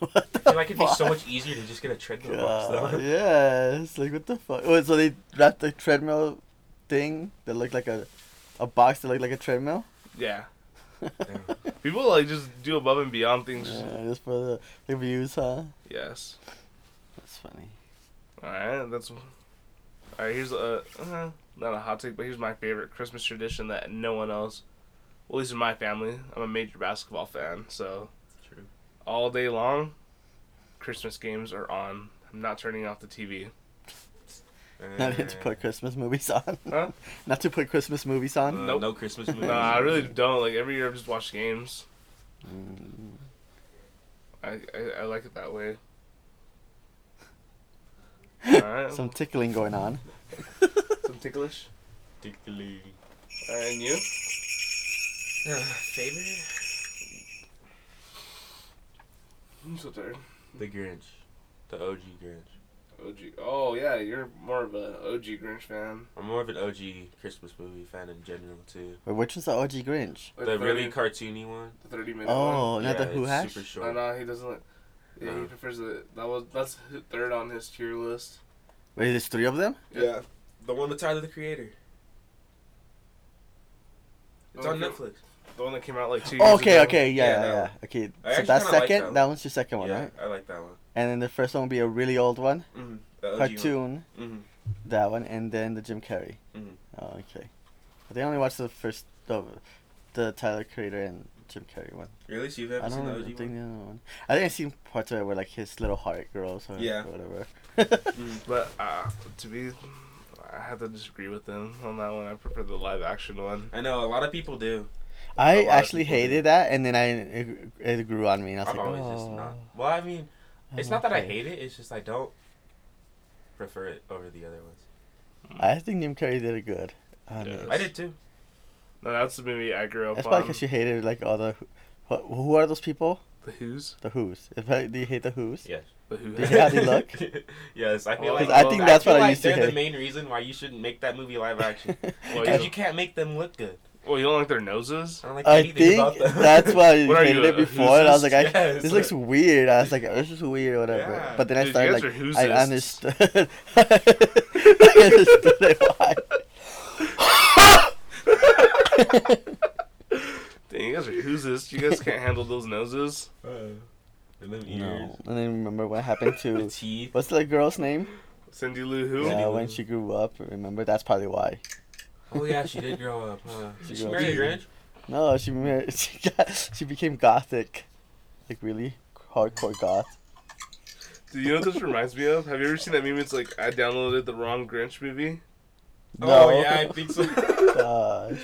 [SPEAKER 4] What the
[SPEAKER 3] I feel like it'd be so
[SPEAKER 4] fuck?
[SPEAKER 3] much easier to just get a treadmill box
[SPEAKER 4] God,
[SPEAKER 3] though.
[SPEAKER 4] yeah, it's like what the fuck. Wait, so they wrapped the treadmill thing that looked like a, a box that looked like a treadmill.
[SPEAKER 2] yeah,
[SPEAKER 3] Damn.
[SPEAKER 2] people like just do above and beyond things.
[SPEAKER 4] Yeah, just for the, the views, huh?
[SPEAKER 2] Yes.
[SPEAKER 4] That's funny.
[SPEAKER 2] All right, that's. All right, here's a uh, not a hot take, but here's my favorite Christmas tradition that no one else, well, at least in my family, I'm a major basketball fan, so
[SPEAKER 3] True.
[SPEAKER 2] all day long, Christmas games are on. I'm not turning off the TV.
[SPEAKER 4] Not to
[SPEAKER 3] Uh,
[SPEAKER 4] put Christmas movies on.
[SPEAKER 2] Huh?
[SPEAKER 4] Not to put Christmas movies on.
[SPEAKER 3] uh,
[SPEAKER 2] Nope.
[SPEAKER 3] No Christmas
[SPEAKER 4] Nah,
[SPEAKER 3] movies.
[SPEAKER 2] Nah, I really don't. Like every year, I've just watched games.
[SPEAKER 4] Mm.
[SPEAKER 2] I I, I like it that way. All right,
[SPEAKER 4] Some tickling going on.
[SPEAKER 2] some ticklish.
[SPEAKER 3] Particularly.
[SPEAKER 2] All right, and you?
[SPEAKER 3] Uh, favorite?
[SPEAKER 2] I'm so tired.
[SPEAKER 3] The Grinch. The OG Grinch.
[SPEAKER 2] OG. Oh yeah, you're more of a OG Grinch fan.
[SPEAKER 3] I'm more of an OG Christmas movie fan in general too.
[SPEAKER 4] Wait, which one's the OG Grinch?
[SPEAKER 2] Like
[SPEAKER 3] the
[SPEAKER 2] 30
[SPEAKER 3] really cartoony one.
[SPEAKER 2] the thirty minute
[SPEAKER 4] Oh,
[SPEAKER 2] one.
[SPEAKER 4] not the
[SPEAKER 3] Yeah,
[SPEAKER 4] Who
[SPEAKER 3] it's
[SPEAKER 4] Hash.
[SPEAKER 3] Super
[SPEAKER 2] No,
[SPEAKER 3] short.
[SPEAKER 2] no, uh, he doesn't. Like, yeah,
[SPEAKER 4] Uh-huh.
[SPEAKER 2] he
[SPEAKER 3] No.
[SPEAKER 2] prefers the that was that's hi- third on his tier list.
[SPEAKER 4] Wait, there's three of them.
[SPEAKER 3] Yeah, the one with Tyler the Creator. It's on
[SPEAKER 2] Okay.
[SPEAKER 3] Netflix.
[SPEAKER 2] The one that came out like two.
[SPEAKER 4] Oh,
[SPEAKER 2] Years
[SPEAKER 4] okay,
[SPEAKER 2] ago.
[SPEAKER 4] okay, yeah,
[SPEAKER 3] Yeah,
[SPEAKER 4] yeah,
[SPEAKER 3] that
[SPEAKER 4] yeah. Okay,
[SPEAKER 3] I
[SPEAKER 4] so
[SPEAKER 3] actually
[SPEAKER 4] that's
[SPEAKER 3] kinda like
[SPEAKER 4] second.
[SPEAKER 3] that one.
[SPEAKER 4] that one's your second one,
[SPEAKER 3] yeah,
[SPEAKER 4] Oh, right?
[SPEAKER 3] I like that one.
[SPEAKER 4] And then the first one will be a really old one,
[SPEAKER 3] Mm-hmm. The OG
[SPEAKER 4] cartoon.
[SPEAKER 3] One. Mm-hmm.
[SPEAKER 4] That one, and then the Jim Carrey.
[SPEAKER 3] Mhm.
[SPEAKER 4] Oh, okay. But they only watched the first, the, the Tyler Creator and Jim Carrey one.
[SPEAKER 3] hmm Really? So you
[SPEAKER 4] I
[SPEAKER 3] haven't
[SPEAKER 4] don't
[SPEAKER 3] seen the
[SPEAKER 4] know,
[SPEAKER 3] OG
[SPEAKER 4] think the
[SPEAKER 3] one?
[SPEAKER 4] other one. I think I seen parts of it where like his little heart girls or
[SPEAKER 3] Yeah. Mm.
[SPEAKER 4] whatever.
[SPEAKER 2] But uh, to be, I have to disagree with him on that one. I prefer the live action one.
[SPEAKER 3] I know a lot of people do.
[SPEAKER 4] I
[SPEAKER 3] lot of
[SPEAKER 4] actually
[SPEAKER 3] people do.
[SPEAKER 4] hated that, and then I it, it grew on me, and I was
[SPEAKER 3] I'm
[SPEAKER 4] like,
[SPEAKER 3] always
[SPEAKER 4] oh,
[SPEAKER 3] just not. Well, I mean,
[SPEAKER 4] I'm
[SPEAKER 3] it's not that I
[SPEAKER 4] okay."
[SPEAKER 3] hate it. It's just I don't prefer it over the other ones.
[SPEAKER 4] I think Jim Carrey did it good. I
[SPEAKER 2] Yeah.
[SPEAKER 4] mean,
[SPEAKER 3] I did too.
[SPEAKER 2] No, that's the movie I grew up
[SPEAKER 4] That's
[SPEAKER 2] on.
[SPEAKER 4] probably because you hated like all the, who, who are those people?
[SPEAKER 2] The Who's,
[SPEAKER 4] The Who's? It's probably- Do you hate the Who's?
[SPEAKER 3] Yes.
[SPEAKER 2] the Who.
[SPEAKER 4] Did you have the look?
[SPEAKER 3] yes, I feel
[SPEAKER 2] Oh,
[SPEAKER 3] like
[SPEAKER 2] 'Cause I
[SPEAKER 4] think that's
[SPEAKER 3] feel
[SPEAKER 4] what I
[SPEAKER 3] like
[SPEAKER 4] used to
[SPEAKER 3] They're the
[SPEAKER 4] hate.
[SPEAKER 3] main reason why you shouldn't make that movie live action.
[SPEAKER 2] Well,
[SPEAKER 3] Because
[SPEAKER 2] yeah.
[SPEAKER 3] you can't make them look good.
[SPEAKER 2] Well, you don't like their noses.
[SPEAKER 3] I don't like
[SPEAKER 4] I
[SPEAKER 3] anything
[SPEAKER 4] think
[SPEAKER 3] about them.
[SPEAKER 4] that's why you
[SPEAKER 2] What are
[SPEAKER 4] hated
[SPEAKER 2] you,
[SPEAKER 4] it
[SPEAKER 2] a
[SPEAKER 4] before. And I was like, I,
[SPEAKER 3] Yeah,
[SPEAKER 4] this
[SPEAKER 3] it's
[SPEAKER 4] looks
[SPEAKER 3] like-
[SPEAKER 4] weird. I was like, oh, this is weird, or whatever.
[SPEAKER 3] Yeah.
[SPEAKER 4] But then I
[SPEAKER 2] Dude, you
[SPEAKER 4] started
[SPEAKER 2] guys
[SPEAKER 4] like,
[SPEAKER 2] are
[SPEAKER 4] I
[SPEAKER 2] whosists.
[SPEAKER 4] understood. I understood it why.
[SPEAKER 2] Dang, you guys are Who's. You guys can't handle those noses.
[SPEAKER 3] Uh, and then ears.
[SPEAKER 4] No. And then remember what happened
[SPEAKER 3] The
[SPEAKER 4] to
[SPEAKER 3] teeth.
[SPEAKER 4] what's the girl's name?
[SPEAKER 2] Cindy Lou Who.
[SPEAKER 4] Yeah,
[SPEAKER 3] Cindy
[SPEAKER 4] when
[SPEAKER 3] Lou.
[SPEAKER 4] she grew up. Remember that's probably why.
[SPEAKER 3] Oh yeah, she did grow up. Huh?
[SPEAKER 4] She
[SPEAKER 3] Did she
[SPEAKER 4] grew
[SPEAKER 3] marry
[SPEAKER 4] up.
[SPEAKER 3] Grinch?
[SPEAKER 4] No, she mar- she got, she became gothic, like really hardcore goth.
[SPEAKER 2] Do you know what this reminds me of? Have you ever seen that meme? It's like I downloaded the wrong Grinch movie,
[SPEAKER 3] Oh yeah, I think so.
[SPEAKER 4] Gosh.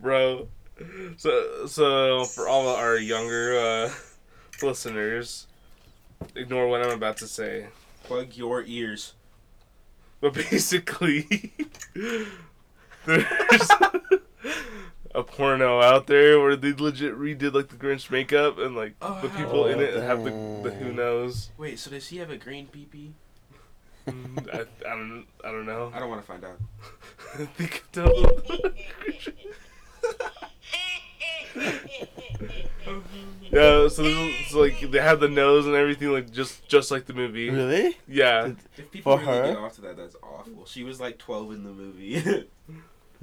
[SPEAKER 2] bro. So, so for all of our younger uh, listeners, ignore what I'm about to say.
[SPEAKER 3] Plug your ears.
[SPEAKER 2] But basically, there's a porno out there where they legit redid like the Grinch makeup and like
[SPEAKER 3] Oh,
[SPEAKER 2] the people in it have the, the
[SPEAKER 4] dang.
[SPEAKER 2] Who knows.
[SPEAKER 3] Wait, so does he have a green peepee?
[SPEAKER 2] Mm, I, I don't I don't know.
[SPEAKER 3] I don't want to find out.
[SPEAKER 2] I think I don't. Yeah, so, there's- so like they have the nose and everything, like just just like the movie.
[SPEAKER 4] Really?
[SPEAKER 2] Yeah,
[SPEAKER 3] If people
[SPEAKER 4] For
[SPEAKER 3] really
[SPEAKER 4] her?
[SPEAKER 3] get off to that, that's awful. She was like 12 in the movie.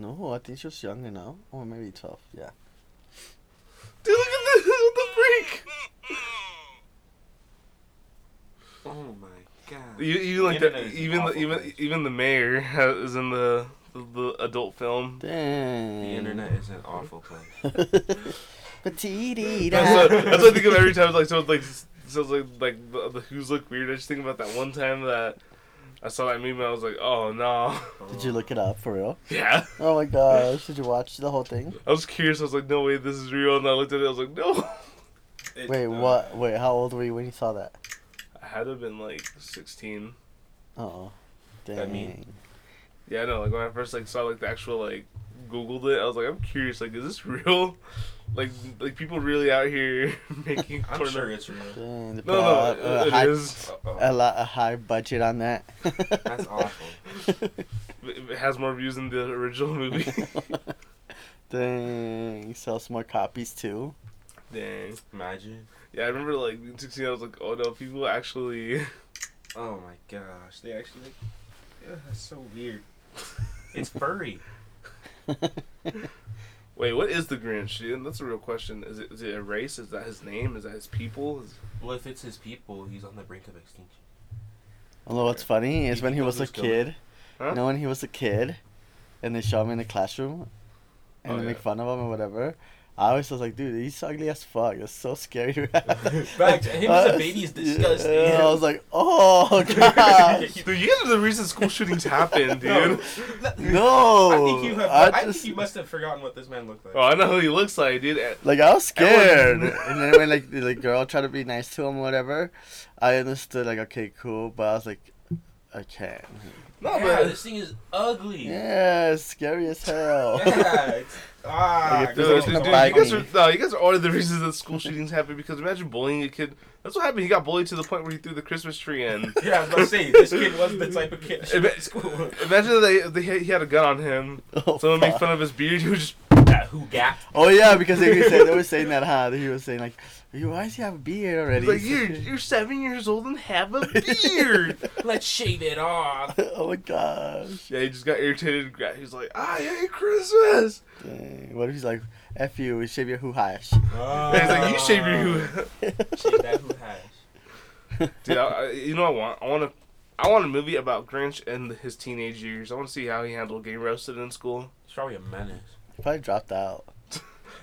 [SPEAKER 4] No, I think she was younger now, or maybe twelve. Yeah.
[SPEAKER 2] dude, look at the what the freak.
[SPEAKER 3] oh my god.
[SPEAKER 2] You, you like
[SPEAKER 3] Internet
[SPEAKER 2] the,
[SPEAKER 3] is an
[SPEAKER 2] even the,
[SPEAKER 3] awful
[SPEAKER 2] even
[SPEAKER 3] place.
[SPEAKER 2] even the mayor ha- is in the the, the adult film.
[SPEAKER 4] Dang.
[SPEAKER 3] The internet is an awful place.
[SPEAKER 4] Petite.
[SPEAKER 2] That's what, that's what I think of every time. Like someone's like s- someone's like like the, the Who's look weird. I just think about that one time that I saw that meme. and I was like, oh no,
[SPEAKER 4] Did you look it up for real?
[SPEAKER 2] yeah.
[SPEAKER 4] Oh my gosh! Did you watch the whole thing?
[SPEAKER 2] I was curious. I was like, no way, this is real. And I looked at it. I was like, no.
[SPEAKER 3] Oh. It-
[SPEAKER 4] Wait,
[SPEAKER 3] no.
[SPEAKER 4] what? Wait, how old were you when you saw that?
[SPEAKER 2] I had to have been like 16.
[SPEAKER 4] Oh, dang.
[SPEAKER 3] I mean-
[SPEAKER 2] Yeah, no. Like when I first like saw like the actual like googled it. I was like, I'm curious. Like, is this real? Like, like people really out here making
[SPEAKER 3] I'm
[SPEAKER 2] porno?
[SPEAKER 3] sure it's real.
[SPEAKER 4] Dang, they put
[SPEAKER 2] No,
[SPEAKER 3] Uh,
[SPEAKER 2] no,
[SPEAKER 4] a-
[SPEAKER 2] it-
[SPEAKER 4] a,
[SPEAKER 2] it
[SPEAKER 4] high,
[SPEAKER 2] is.
[SPEAKER 4] a
[SPEAKER 3] Uh-oh.
[SPEAKER 4] lot a high budget on that.
[SPEAKER 3] That's awful.
[SPEAKER 2] It it has more views than the original movie.
[SPEAKER 4] Dang, sells more copies too.
[SPEAKER 2] Dang.
[SPEAKER 3] Imagine.
[SPEAKER 2] Yeah, I remember like in 16. I was like, oh no, people actually.
[SPEAKER 3] Oh my gosh, they actually. Like, yeah, that's so weird. It's furry.
[SPEAKER 2] Wait, what is the Grinch? Dude? That's a real question. Is it is it a race? Is that his name? Is that his people? Is,
[SPEAKER 3] Well, if it's his people, he's on the brink of extinction.
[SPEAKER 4] Although what's funny is
[SPEAKER 3] You
[SPEAKER 4] when
[SPEAKER 3] think
[SPEAKER 4] he
[SPEAKER 3] they'll
[SPEAKER 4] was a
[SPEAKER 3] just go with-
[SPEAKER 4] kid,
[SPEAKER 2] Huh?
[SPEAKER 4] you know when he was a kid, and they show him in the classroom, and
[SPEAKER 2] Oh,
[SPEAKER 4] they make
[SPEAKER 2] yeah.
[SPEAKER 4] fun of him or whatever. I always was like, dude, he's ugly as fuck. That's so scary. to have."
[SPEAKER 3] Fact, him as a
[SPEAKER 4] uh,
[SPEAKER 3] baby is disgusting.
[SPEAKER 4] yeah, I was like, oh god,
[SPEAKER 2] dude, you guys are the reason school shootings happen, dude.
[SPEAKER 3] No.
[SPEAKER 4] no.
[SPEAKER 3] I think you have. I, think you must have forgotten what this man looked like.
[SPEAKER 2] Oh, I know who he looks like, dude. Eh,
[SPEAKER 4] Like I was scared,
[SPEAKER 2] Everyone-
[SPEAKER 4] and then when like the like, girl tried to be nice to him, or whatever, I understood like okay, cool, but I was like, I can't.
[SPEAKER 2] No,
[SPEAKER 3] yeah,
[SPEAKER 2] but
[SPEAKER 3] this thing is ugly.
[SPEAKER 4] Yeah, it's scary as hell.
[SPEAKER 3] Yeah, it's, ah,
[SPEAKER 4] Like, if
[SPEAKER 2] Dude,
[SPEAKER 4] there's
[SPEAKER 3] gross.
[SPEAKER 4] gonna
[SPEAKER 2] dude, you
[SPEAKER 4] bite
[SPEAKER 2] guys
[SPEAKER 4] me.
[SPEAKER 2] are no, you guys are all the reasons that school shootings happen because imagine bullying a kid. That's what happened. He got bullied to the point where he threw the Christmas tree in.
[SPEAKER 3] Yeah, I was about to say this kid was the type of kid that should be in
[SPEAKER 2] Ima-
[SPEAKER 3] school.
[SPEAKER 2] Imagine they, they had- he had a gun on him.
[SPEAKER 4] oh,
[SPEAKER 2] Someone made
[SPEAKER 4] fuck.
[SPEAKER 2] fun of his beard. He was just
[SPEAKER 3] That who gap?
[SPEAKER 4] Oh yeah, because they, said, they were saying that, huh? He was saying like, "You- why does he have a beard already?
[SPEAKER 2] he's like, "You're you're seven years old and have a beard."
[SPEAKER 3] Let's shave it off.
[SPEAKER 4] oh my gosh.
[SPEAKER 2] yeah, he just got irritated. and gra- He's like, "I hate Christmas."
[SPEAKER 4] Dang. What if he's like, F you, we shave your hoo hash.
[SPEAKER 2] And he's like, "You shave
[SPEAKER 4] Oh.
[SPEAKER 2] your."
[SPEAKER 3] Um, Shave that who hash.
[SPEAKER 2] Dude, I, I, you know what I want? I want to. I want a movie about Grinch and his teenage years. I want to see how he handled getting roasted in school.
[SPEAKER 3] It's probably a menace.
[SPEAKER 4] Probably dropped out.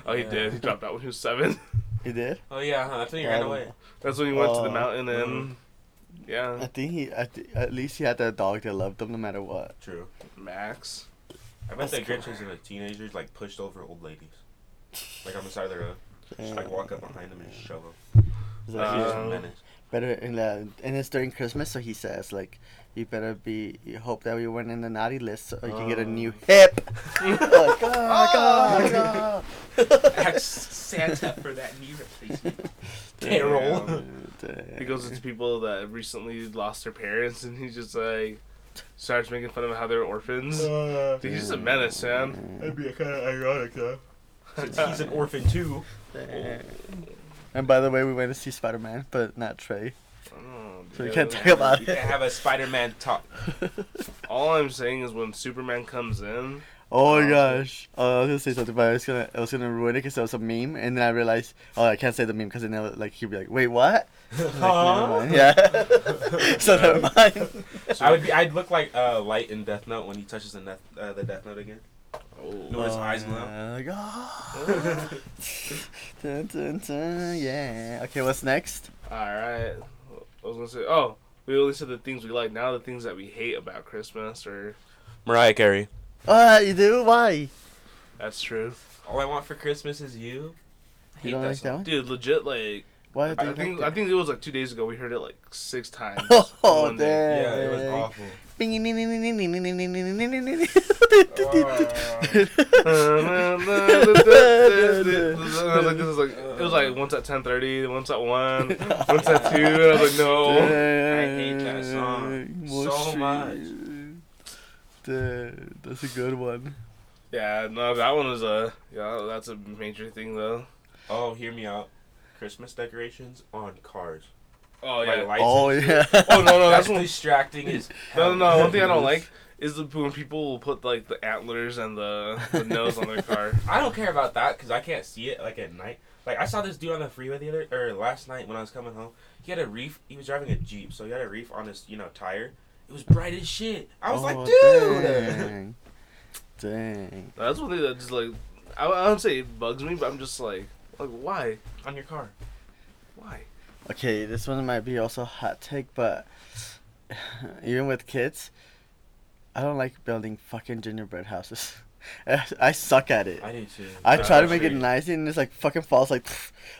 [SPEAKER 2] Oh, he
[SPEAKER 3] Yeah.
[SPEAKER 2] did. He dropped out when he was seven.
[SPEAKER 4] He did?
[SPEAKER 3] Oh yeah, huh? I think he ran
[SPEAKER 4] Um,
[SPEAKER 3] away.
[SPEAKER 2] That's when he went to the
[SPEAKER 4] Oh.
[SPEAKER 2] mountain and
[SPEAKER 4] I
[SPEAKER 2] yeah,
[SPEAKER 4] think he, I th- at least he had that dog that loved him no matter what.
[SPEAKER 3] True.
[SPEAKER 2] Max.
[SPEAKER 3] I bet
[SPEAKER 4] That's
[SPEAKER 3] that
[SPEAKER 4] cool.
[SPEAKER 3] Grinches are like teenagers, like pushed over old ladies, like on the side of the road. Just like
[SPEAKER 4] Dang.
[SPEAKER 3] walk up behind them and shove them.
[SPEAKER 4] He's
[SPEAKER 3] Like,
[SPEAKER 4] like,
[SPEAKER 3] he's just a
[SPEAKER 2] Um,
[SPEAKER 3] menace.
[SPEAKER 4] better and uh, and it's during Christmas, so he says like, you better be you hope that we weren't in the naughty list, so you can get a new
[SPEAKER 2] Uh.
[SPEAKER 4] hip. Like, oh, God.
[SPEAKER 3] Ask Santa for that knee replacement.
[SPEAKER 2] Daryl.
[SPEAKER 4] Damn.
[SPEAKER 2] He goes into people that recently lost their parents, and he just like starts making fun of how they're orphans. Dude, he's just a menace, man.
[SPEAKER 3] That'd Uh, be kind of ironic, though. Since he's an orphan too.
[SPEAKER 4] Damn. And by the way, we went to see Spider Man, but not Trey.
[SPEAKER 2] Oh,
[SPEAKER 4] So we
[SPEAKER 2] dude.
[SPEAKER 4] can't talk about
[SPEAKER 3] You can
[SPEAKER 4] it.
[SPEAKER 3] have a Spider-Man talk.
[SPEAKER 2] All I'm saying is when Superman comes in,
[SPEAKER 4] Oh my gosh! Oh, I was gonna say something, but I was gonna, I was gonna ruin it because there was a meme, and then I realized, oh, I can't say the meme because then they'll, like he'd be like, "Wait, what?" I'm like,
[SPEAKER 3] Uh-huh.
[SPEAKER 4] never mind. Yeah. so never mind.
[SPEAKER 3] I would be. I'd look like uh, Light in Death Note when he touches the death, uh, the Death Note again.
[SPEAKER 2] oh,
[SPEAKER 3] No. his eyes glow.
[SPEAKER 4] yeah, like, "Ah." Oh Dun, dun, dun, yeah. Okay, what's next?
[SPEAKER 2] all right. I was gonna say, oh, we only said the things we like. Now the things that we hate about Christmas, or
[SPEAKER 3] Mariah Carey.
[SPEAKER 4] Oh, you do? Why?
[SPEAKER 2] that's true,
[SPEAKER 3] All I want for Christmas is you. I
[SPEAKER 4] You don't like that
[SPEAKER 3] song.
[SPEAKER 4] one?
[SPEAKER 2] dude. Legit, like
[SPEAKER 4] Why
[SPEAKER 2] I
[SPEAKER 4] do you
[SPEAKER 2] think I
[SPEAKER 4] like that?
[SPEAKER 2] think it was like two days ago. We heard it like six times. in
[SPEAKER 4] Oh
[SPEAKER 2] one day.
[SPEAKER 4] damn!
[SPEAKER 3] Yeah, it was awful.
[SPEAKER 2] I was like, this is like it was like once at ten thirty, once at one, once at two, and I was like, no.
[SPEAKER 3] hate that song so much.
[SPEAKER 4] Dude, that's a good one.
[SPEAKER 2] Yeah, no, that one was a yeah, that's a major thing though.
[SPEAKER 3] Oh, hear me out. Christmas decorations on cars.
[SPEAKER 2] Oh
[SPEAKER 3] Like
[SPEAKER 2] yeah.
[SPEAKER 3] lights
[SPEAKER 4] Oh
[SPEAKER 3] and shit.
[SPEAKER 4] yeah.
[SPEAKER 2] Oh no, no,
[SPEAKER 3] That's
[SPEAKER 2] that's one.
[SPEAKER 3] distracting as
[SPEAKER 2] No,
[SPEAKER 3] hell.
[SPEAKER 2] no, no. One thing I don't like is the when people will put like the antlers and the, the nose on their car.
[SPEAKER 3] I don't care about that because I can't see it like at night. Like I saw this dude on the freeway the other or last night when I was coming home. He had a reef. He was driving a jeep, so he had a reef on his you know tire. It was bright as shit. I was like,
[SPEAKER 4] Oh,
[SPEAKER 3] dude.
[SPEAKER 4] Dang. dang.
[SPEAKER 2] That's one thing that just like I, I don't say it bugs me, but I'm just like like why
[SPEAKER 3] on your car.
[SPEAKER 2] why.
[SPEAKER 4] Okay, this one might be also a hot take, but even with kids, I don't like building fucking gingerbread houses. I, I suck at it.
[SPEAKER 3] I do too.
[SPEAKER 4] I
[SPEAKER 3] Nah,
[SPEAKER 4] try to
[SPEAKER 3] I'm
[SPEAKER 4] make it
[SPEAKER 3] sure.
[SPEAKER 4] nice and it's like fucking falls like,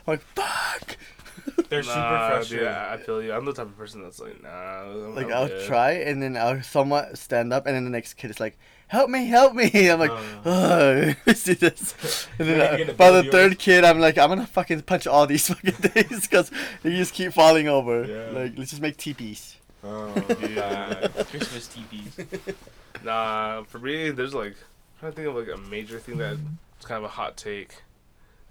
[SPEAKER 4] I'm like fuck.
[SPEAKER 3] They're super
[SPEAKER 2] Nah, dude,
[SPEAKER 3] frustrated.
[SPEAKER 2] I I feel you. I'm the type of person that's like, nah. I'm,
[SPEAKER 4] Like
[SPEAKER 3] Oh,
[SPEAKER 2] I'm
[SPEAKER 4] I'll
[SPEAKER 2] good.
[SPEAKER 4] try, and then I'll somewhat stand up, and then the next kid is like, "Help me, help me!" I'm like, "Oh, see this." And
[SPEAKER 3] Uh. You're
[SPEAKER 4] then
[SPEAKER 3] gonna
[SPEAKER 4] uh, by the
[SPEAKER 3] build your-
[SPEAKER 4] third kid, I'm like, "I'm gonna fucking punch all these fucking things because they just keep falling over."
[SPEAKER 3] Yeah.
[SPEAKER 4] Like, let's just make teepees.
[SPEAKER 3] Oh,
[SPEAKER 2] Yeah.
[SPEAKER 3] God. Christmas TVs.
[SPEAKER 2] Nah, for me, there's like I'm trying to think of like a major thing that's kind of a hot take.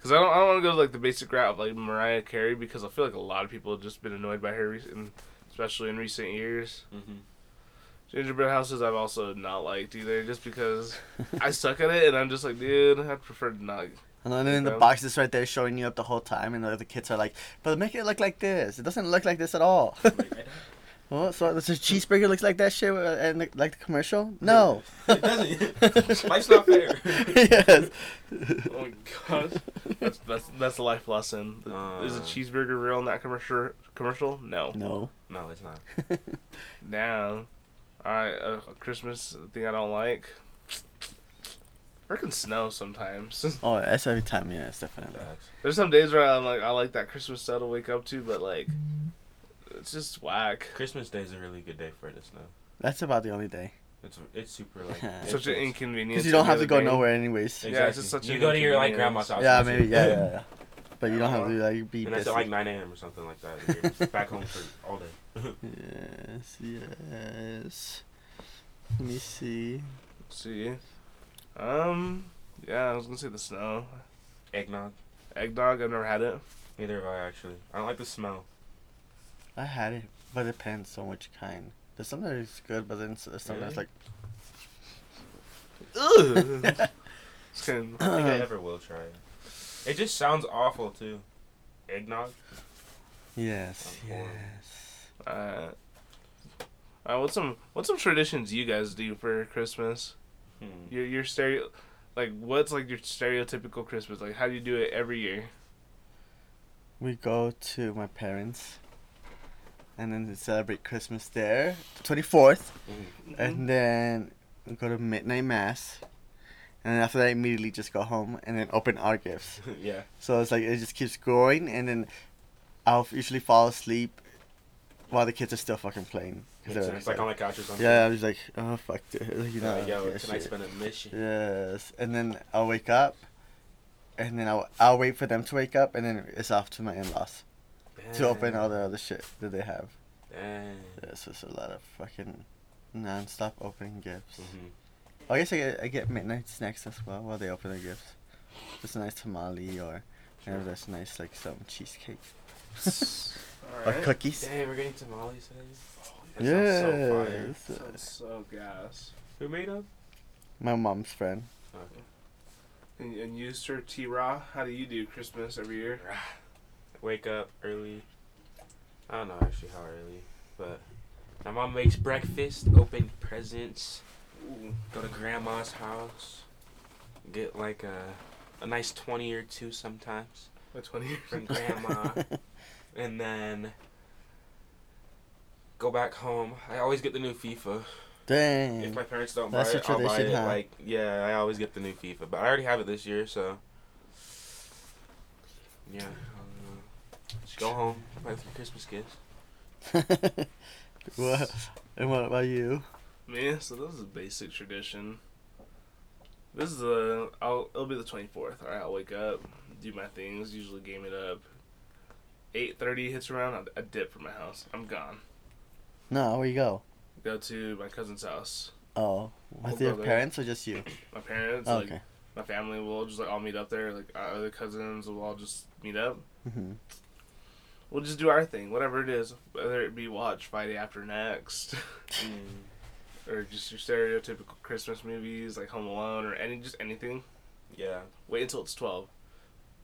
[SPEAKER 2] Cause I don't, I don't want to go like the basic route of like Mariah Carey because I feel like a lot of people have just been annoyed by her, rec- and especially in recent years.
[SPEAKER 3] Mm-hmm.
[SPEAKER 2] Gingerbread houses I've also not liked either, just because I suck at it and I'm just like, dude, I prefer to not.
[SPEAKER 4] And then in the
[SPEAKER 2] Yeah.
[SPEAKER 4] box is right there showing you up the whole time, and the other kids are like, "But make it look like this. It doesn't look like this at all." well, so this is cheeseburger looks like that shit, uh, and like- like the commercial. No,
[SPEAKER 3] it doesn't. Life's not fair.
[SPEAKER 4] yes.
[SPEAKER 2] Oh my gosh, that's that's that's a life lesson.
[SPEAKER 3] Uh.
[SPEAKER 2] Is a cheeseburger real in that commercial? Commercial? No.
[SPEAKER 4] No.
[SPEAKER 3] No, it's not.
[SPEAKER 2] Now, all right, a a Christmas thing I don't like. Freaking snow sometimes.
[SPEAKER 4] Oh, that's every time. Yeah, it's definitely.
[SPEAKER 3] Facts.
[SPEAKER 2] There's some days where I'm like, I like that Christmas snow to wake up to, but like, it's just whack.
[SPEAKER 3] Christmas Day is a really good day for it to snow.
[SPEAKER 4] That's about the only day.
[SPEAKER 3] It's it's super like
[SPEAKER 4] Such
[SPEAKER 2] Such an
[SPEAKER 3] it's-
[SPEAKER 2] inconvenience.
[SPEAKER 4] Because you don't have
[SPEAKER 2] the
[SPEAKER 4] to go
[SPEAKER 2] other day.
[SPEAKER 4] nowhere anyways.
[SPEAKER 2] Yeah,
[SPEAKER 3] Exactly.
[SPEAKER 2] it's just such
[SPEAKER 3] you
[SPEAKER 2] an
[SPEAKER 3] go to your like
[SPEAKER 2] inconvenience.
[SPEAKER 3] grandma's house.
[SPEAKER 4] Yeah,
[SPEAKER 3] and
[SPEAKER 4] maybe.
[SPEAKER 3] shit.
[SPEAKER 4] Yeah, yeah, yeah. But you don't have to like be
[SPEAKER 3] And that's at like
[SPEAKER 4] busy.
[SPEAKER 3] 9 a.m. or something like that. and you're back home for all day.
[SPEAKER 4] Yes, yes. Let me see.
[SPEAKER 2] Let's see, um, yeah, I was gonna say the snow,
[SPEAKER 3] Eggnog.
[SPEAKER 2] eggnog. I've never had it.
[SPEAKER 3] Neither have I actually. I don't like the smell.
[SPEAKER 4] I had it, but it depends on which kind. There's some that is good, but then s- there's some that's like.
[SPEAKER 2] Ugh. It's kind
[SPEAKER 3] I
[SPEAKER 2] of-
[SPEAKER 3] don't think I ever will try it. It just sounds awful too. Eggnog.
[SPEAKER 4] Yes,
[SPEAKER 3] I'm horrible.
[SPEAKER 4] yes.
[SPEAKER 2] uh, uh, what's some what's some traditions you guys do for Christmas?
[SPEAKER 3] Hmm.
[SPEAKER 2] Your your stereo, like what's like your stereotypical Christmas? Like how do you do it every year?
[SPEAKER 4] We go to my parents, and then we celebrate Christmas there, twenty fourth.
[SPEAKER 3] Mm-hmm.
[SPEAKER 4] and then we go to midnight mass and then after that immediately just go home and then open our gifts
[SPEAKER 3] yeah.
[SPEAKER 4] so it's like it just keeps growing and then i'll f- usually fall asleep while the kids are still fucking playing 'Cause
[SPEAKER 3] Makes
[SPEAKER 4] they're
[SPEAKER 3] sense. Like on the couch or something.
[SPEAKER 4] yeah i'm just like oh fuck dude. Like, you know
[SPEAKER 3] Uh,
[SPEAKER 4] yeah,
[SPEAKER 3] yo, tonight's
[SPEAKER 4] shit.
[SPEAKER 3] been a mission.
[SPEAKER 4] yes and then i'll wake up and then I'll, I'll wait for them to wake up and then it's off to my in-laws to open all the other shit that they have
[SPEAKER 3] Dang.
[SPEAKER 4] yeah, so it's a lot of fucking non-stop opening gifts
[SPEAKER 3] Mhm.
[SPEAKER 4] I guess I get, I get midnight snacks as well while they open their gifts. Just a nice tamale or
[SPEAKER 3] Sure.
[SPEAKER 4] maybe that's nice like some cheesecake
[SPEAKER 2] All
[SPEAKER 4] or
[SPEAKER 2] right.
[SPEAKER 4] cookies.
[SPEAKER 3] Dang, we're getting tamales today. Oh, That
[SPEAKER 4] Yeah.
[SPEAKER 3] sounds so fire.
[SPEAKER 2] Sounds so gas.
[SPEAKER 3] Who made them?
[SPEAKER 4] My mom's friend.
[SPEAKER 2] And, and you, Sir T. Raw, how do you do Christmas every year?
[SPEAKER 3] Wake up early. I don't know actually how early, but my mom makes breakfast, open presents,
[SPEAKER 2] Ooh.
[SPEAKER 3] go to grandma's house, get like a a nice twenty or two sometimes
[SPEAKER 2] My 20 years.
[SPEAKER 3] from grandma, and then go back home. I always get the new FIFA. If
[SPEAKER 4] Dang.
[SPEAKER 3] my parents don't
[SPEAKER 4] Mm. That's
[SPEAKER 3] buy
[SPEAKER 4] a
[SPEAKER 3] it, I'll buy
[SPEAKER 4] tradition,
[SPEAKER 3] it.
[SPEAKER 4] huh?
[SPEAKER 3] Like, yeah, I always get the new FIFA, but I already have it this year, so yeah. I don't know. Just go home, play with your Christmas gifts.
[SPEAKER 4] what? And what about you?
[SPEAKER 2] Me? So this is a basic tradition. This is a. I'll, it'll be the 24th. Alright, I'll wake up, do my things, usually game it up. 8.30 hits around, I, I dip from my house. I'm gone.
[SPEAKER 4] No, where you go?
[SPEAKER 2] Go to my cousin's house.
[SPEAKER 4] Oh, with
[SPEAKER 2] Oh,
[SPEAKER 4] your
[SPEAKER 2] brother.
[SPEAKER 4] parents or just you?
[SPEAKER 2] My parents,
[SPEAKER 4] Oh,
[SPEAKER 2] like,
[SPEAKER 4] okay.
[SPEAKER 2] my family will just, like, all meet up there. Like, our other cousins will all just meet up.
[SPEAKER 4] hmm
[SPEAKER 2] We'll just do our thing, whatever it is. Whether it be watch Friday After Next.
[SPEAKER 3] Mm,
[SPEAKER 2] or just your stereotypical Christmas movies like Home Alone or any just anything.
[SPEAKER 3] yeah.
[SPEAKER 2] Wait until it's twelve.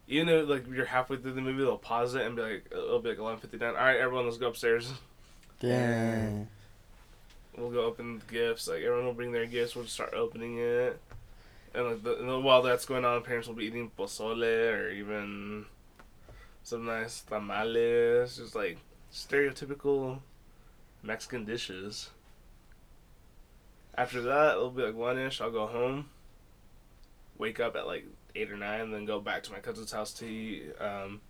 [SPEAKER 2] Even though like you're halfway through the movie, they'll pause it and be like, it'll be like eleven fifty nine. All right, everyone, let's go upstairs.
[SPEAKER 4] Dang.
[SPEAKER 2] We'll go open the gifts. Like everyone will bring their gifts. We'll just start opening it. And like the, and while that's going on, parents will be eating pozole or even some nice tamales, just like stereotypical Mexican dishes. After that, it'll be like one ish. I'll go home, wake up at like eight or nine, then go back to my cousin's house to eat um,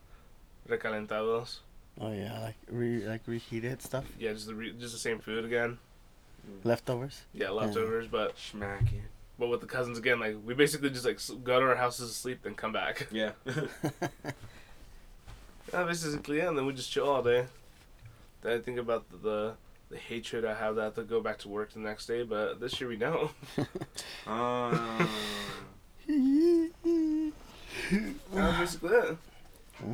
[SPEAKER 2] recalentados,
[SPEAKER 4] Oh yeah, like re like reheated stuff,
[SPEAKER 2] Yeah, just the re- just the same food again. Mm-hmm.
[SPEAKER 4] leftovers.
[SPEAKER 2] Yeah, leftovers, but
[SPEAKER 3] Schmack it.
[SPEAKER 2] but with the cousins again, like we basically just like s- go to our houses to sleep, then come back.
[SPEAKER 3] Yeah.
[SPEAKER 2] Yeah, basically, yeah, and then we just chill all day. Then I think about the, the the hatred I have that I have to go back to work the next day, but this year we don't.
[SPEAKER 3] um,
[SPEAKER 2] That's basically it.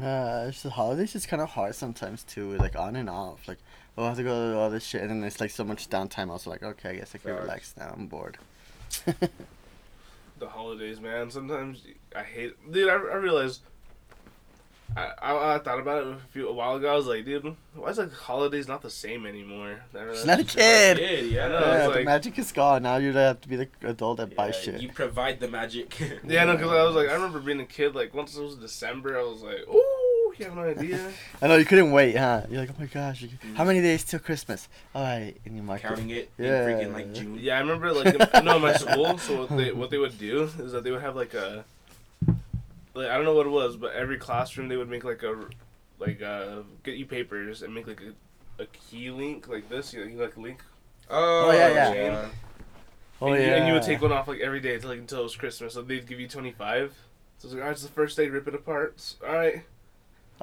[SPEAKER 4] Yeah, it's the holidays is kind of hard sometimes too, like on and off. Like, oh, I have to go to all this shit, and then it's like so much downtime. Also, like, okay, I guess I can
[SPEAKER 3] Facts.
[SPEAKER 4] relax now. I'm bored.
[SPEAKER 2] the holidays, man. Sometimes I hate, dude. I, I realized. I, I, I thought about it a, few, a while ago. I was like, dude, why is like holidays not the same anymore? I realized-
[SPEAKER 4] She's not a kid.
[SPEAKER 3] yeah, yeah.
[SPEAKER 2] I know,
[SPEAKER 4] Yeah,
[SPEAKER 2] it's
[SPEAKER 4] the
[SPEAKER 2] like-
[SPEAKER 4] magic is gone. Now you have to be the adult that buys shit.
[SPEAKER 3] You provide the magic.
[SPEAKER 2] Yeah, no, because I was like, I remember being a kid. Like once it was December, I was like, ooh, you have no idea.
[SPEAKER 4] I know you couldn't wait, huh? You're like, oh my gosh, you, how many days till Christmas? All right, in your market.
[SPEAKER 3] Counting it
[SPEAKER 4] Yeah.
[SPEAKER 3] in freaking like June.
[SPEAKER 2] yeah, I remember like no, my school. So what they what they would do is that they would have like a, like I don't know what it was, but every classroom they would make like a, like uh get you papers and make like a, a key link like this. You know, you like link
[SPEAKER 4] Oh, yeah, yeah.
[SPEAKER 3] Jane.
[SPEAKER 4] Oh
[SPEAKER 2] and,
[SPEAKER 4] yeah.
[SPEAKER 2] you, and you would take one off like every day until like until it was Christmas. So they'd give you twenty five. So it's like, all right, it's the first day, rip it apart. S- All right.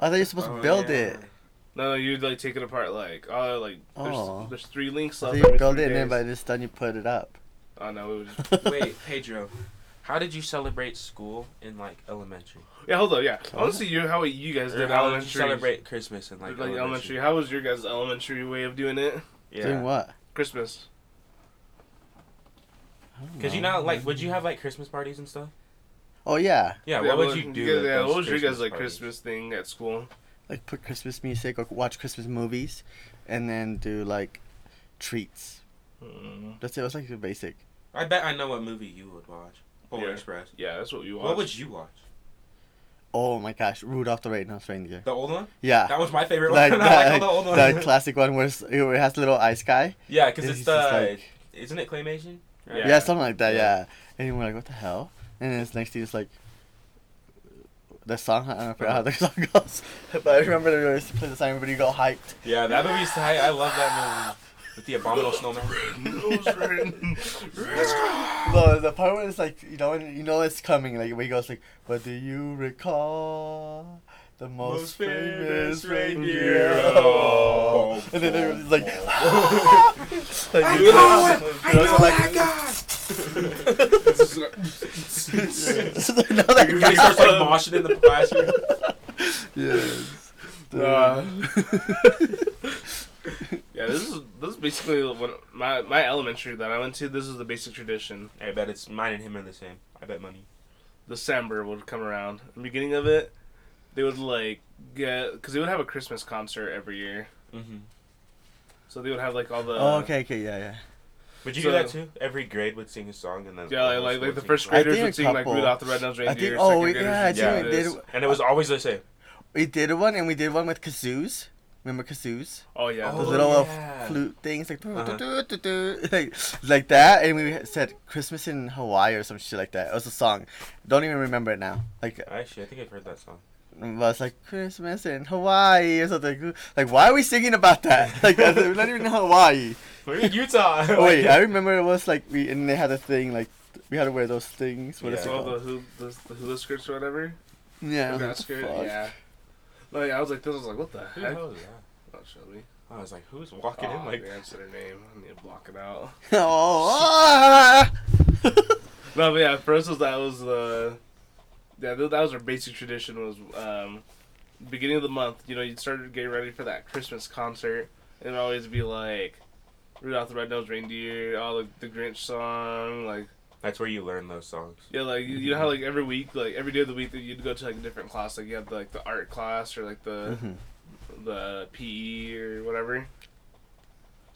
[SPEAKER 4] I thought you're supposed
[SPEAKER 3] Oh,
[SPEAKER 4] to build
[SPEAKER 3] yeah.
[SPEAKER 4] it.
[SPEAKER 2] No, no, you'd like take it apart like oh like there's
[SPEAKER 4] Oh.
[SPEAKER 2] there's three links
[SPEAKER 4] So
[SPEAKER 2] left.
[SPEAKER 4] you
[SPEAKER 2] every
[SPEAKER 4] build
[SPEAKER 2] three
[SPEAKER 4] it, and then
[SPEAKER 2] days.
[SPEAKER 4] by this time you put it up.
[SPEAKER 2] Oh no, it was
[SPEAKER 3] Wait, Pedro, how did you celebrate school in like elementary?
[SPEAKER 2] yeah. Hold on, yeah. I want to see you how you guys
[SPEAKER 3] Or
[SPEAKER 2] did
[SPEAKER 3] how did you
[SPEAKER 2] elementary.
[SPEAKER 3] celebrate Christmas in
[SPEAKER 2] like,
[SPEAKER 3] like,
[SPEAKER 2] elementary. How was your guys' elementary way of doing it?
[SPEAKER 4] Doing
[SPEAKER 3] Yeah.
[SPEAKER 4] what?
[SPEAKER 2] Christmas.
[SPEAKER 3] Because you know, like, would you have like Christmas parties and stuff?
[SPEAKER 4] Oh yeah,
[SPEAKER 3] Yeah. What would you do?
[SPEAKER 2] guys-
[SPEAKER 3] at
[SPEAKER 2] yeah,
[SPEAKER 3] those
[SPEAKER 2] what was your guys' like
[SPEAKER 3] parties?
[SPEAKER 2] Christmas thing at school?
[SPEAKER 4] like put Christmas music or watch Christmas movies, and then do like treats.
[SPEAKER 2] Mm,
[SPEAKER 4] That's it. It was like the basic.
[SPEAKER 3] I bet I know what movie you would watch. Polar
[SPEAKER 2] Yeah.
[SPEAKER 3] Express.
[SPEAKER 2] yeah, that's what you watched.
[SPEAKER 3] What would you watch?
[SPEAKER 4] Oh my gosh, Rudolph the Red-Nosed Reindeer.
[SPEAKER 3] The old one?
[SPEAKER 4] Yeah.
[SPEAKER 3] That was my favorite
[SPEAKER 4] Like
[SPEAKER 3] one. I like
[SPEAKER 4] that,
[SPEAKER 3] all the old ones.
[SPEAKER 4] that classic one where it's- it has little ice guy.
[SPEAKER 3] yeah, because
[SPEAKER 4] and
[SPEAKER 3] it's
[SPEAKER 4] he's
[SPEAKER 3] the
[SPEAKER 4] just like-
[SPEAKER 3] isn't it claymation?
[SPEAKER 4] Yeah.
[SPEAKER 2] Yeah.
[SPEAKER 4] something like that.
[SPEAKER 3] Yeah.
[SPEAKER 4] Yeah. And we're like, what the hell? And then it's next to you, it's like the song. I don't know how the song goes, but I remember they used to play the song. Everybody got hyped.
[SPEAKER 3] Yeah, that movie's tight. I love that movie with the abominable snowman.
[SPEAKER 2] Let's go.
[SPEAKER 4] No, the part where it's like you know, when you know it's coming. Like where he goes like, "But do you recall the most, famous reindeer?" of all?"
[SPEAKER 3] Oh.
[SPEAKER 4] And then everyone's like, "Ah!" like,
[SPEAKER 3] I
[SPEAKER 4] you
[SPEAKER 3] know it! I
[SPEAKER 4] you
[SPEAKER 3] know
[SPEAKER 4] like-
[SPEAKER 3] that guy.
[SPEAKER 4] I know that
[SPEAKER 3] Everybody
[SPEAKER 4] guy.
[SPEAKER 3] starts like moshing in the classroom.
[SPEAKER 4] Yes.
[SPEAKER 2] Nah. Yeah, this is this is basically when my my elementary that I went to. This is the basic tradition.
[SPEAKER 3] I bet it's mine and him are the same. I bet money.
[SPEAKER 2] December would come around. The beginning of it, they would like get because they would have a Christmas concert every year.
[SPEAKER 3] Mm-hmm.
[SPEAKER 2] So they would have like all the
[SPEAKER 4] oh, okay, okay, yeah, yeah.
[SPEAKER 3] Would you
[SPEAKER 2] So-
[SPEAKER 3] do that too? Every grade would sing a song and then
[SPEAKER 2] yeah like
[SPEAKER 3] whole
[SPEAKER 2] like,
[SPEAKER 3] school
[SPEAKER 2] like the
[SPEAKER 3] would
[SPEAKER 2] first
[SPEAKER 3] sing
[SPEAKER 4] I
[SPEAKER 2] graders
[SPEAKER 4] think
[SPEAKER 2] would
[SPEAKER 4] a
[SPEAKER 2] sing like
[SPEAKER 4] couple.
[SPEAKER 2] Rudolph the Red Nosed
[SPEAKER 4] I
[SPEAKER 2] Reindeer.
[SPEAKER 4] think.
[SPEAKER 2] second
[SPEAKER 4] Oh, we-
[SPEAKER 2] graders
[SPEAKER 4] yeah, I
[SPEAKER 2] would sing
[SPEAKER 4] think we
[SPEAKER 2] this.
[SPEAKER 4] did.
[SPEAKER 3] and it was always the same.
[SPEAKER 4] We did one, and we did one with kazoos. Remember kazoos?
[SPEAKER 2] Oh yeah,
[SPEAKER 4] The
[SPEAKER 3] Oh,
[SPEAKER 4] little uh,
[SPEAKER 3] yeah.
[SPEAKER 4] flute things, like,
[SPEAKER 3] Uh-huh.
[SPEAKER 4] "Do-do-do-do-do," like like that, and we said Christmas in Hawaii or some shit like that. It was a song. Don't even remember it now. Like
[SPEAKER 3] Actually, I think I've heard that song.
[SPEAKER 4] it was like Christmas in Hawaii or something. Like why are we singing about that? Like we're not even in Hawaii.
[SPEAKER 3] We're in Utah.
[SPEAKER 4] Oh, wait, I remember it was like we and they had a thing like we had to wear those things. What is
[SPEAKER 3] Yeah.
[SPEAKER 4] it
[SPEAKER 2] all the
[SPEAKER 4] called?
[SPEAKER 2] hula, the, the hula skirts or whatever.
[SPEAKER 4] Yeah. I was
[SPEAKER 2] Hula
[SPEAKER 4] like,
[SPEAKER 2] skirt,
[SPEAKER 4] "Fuck."
[SPEAKER 2] yeah. No, yeah, I was like, this I was like, what the
[SPEAKER 3] Who the
[SPEAKER 2] heck?
[SPEAKER 3] hell is that?
[SPEAKER 2] Oh, Shelby.
[SPEAKER 3] I was like, who's walking
[SPEAKER 2] Oh,
[SPEAKER 3] in like
[SPEAKER 2] man, I said her name. I need to block it out.
[SPEAKER 4] oh. ah!
[SPEAKER 2] No, but yeah, for us was that was the yeah th- that was our basic tradition was um beginning of the month. You know, you'd start getting ready for that Christmas concert, and it'd always be like Rudolph the Red-Nosed Reindeer, all the, the Grinch song, like
[SPEAKER 3] That's where you learn those songs.
[SPEAKER 2] yeah, like you, you know how like every week, like every day of the week that you'd go to like a different class, like you had like the art class or like the
[SPEAKER 4] Mhm.
[SPEAKER 2] the PE or whatever.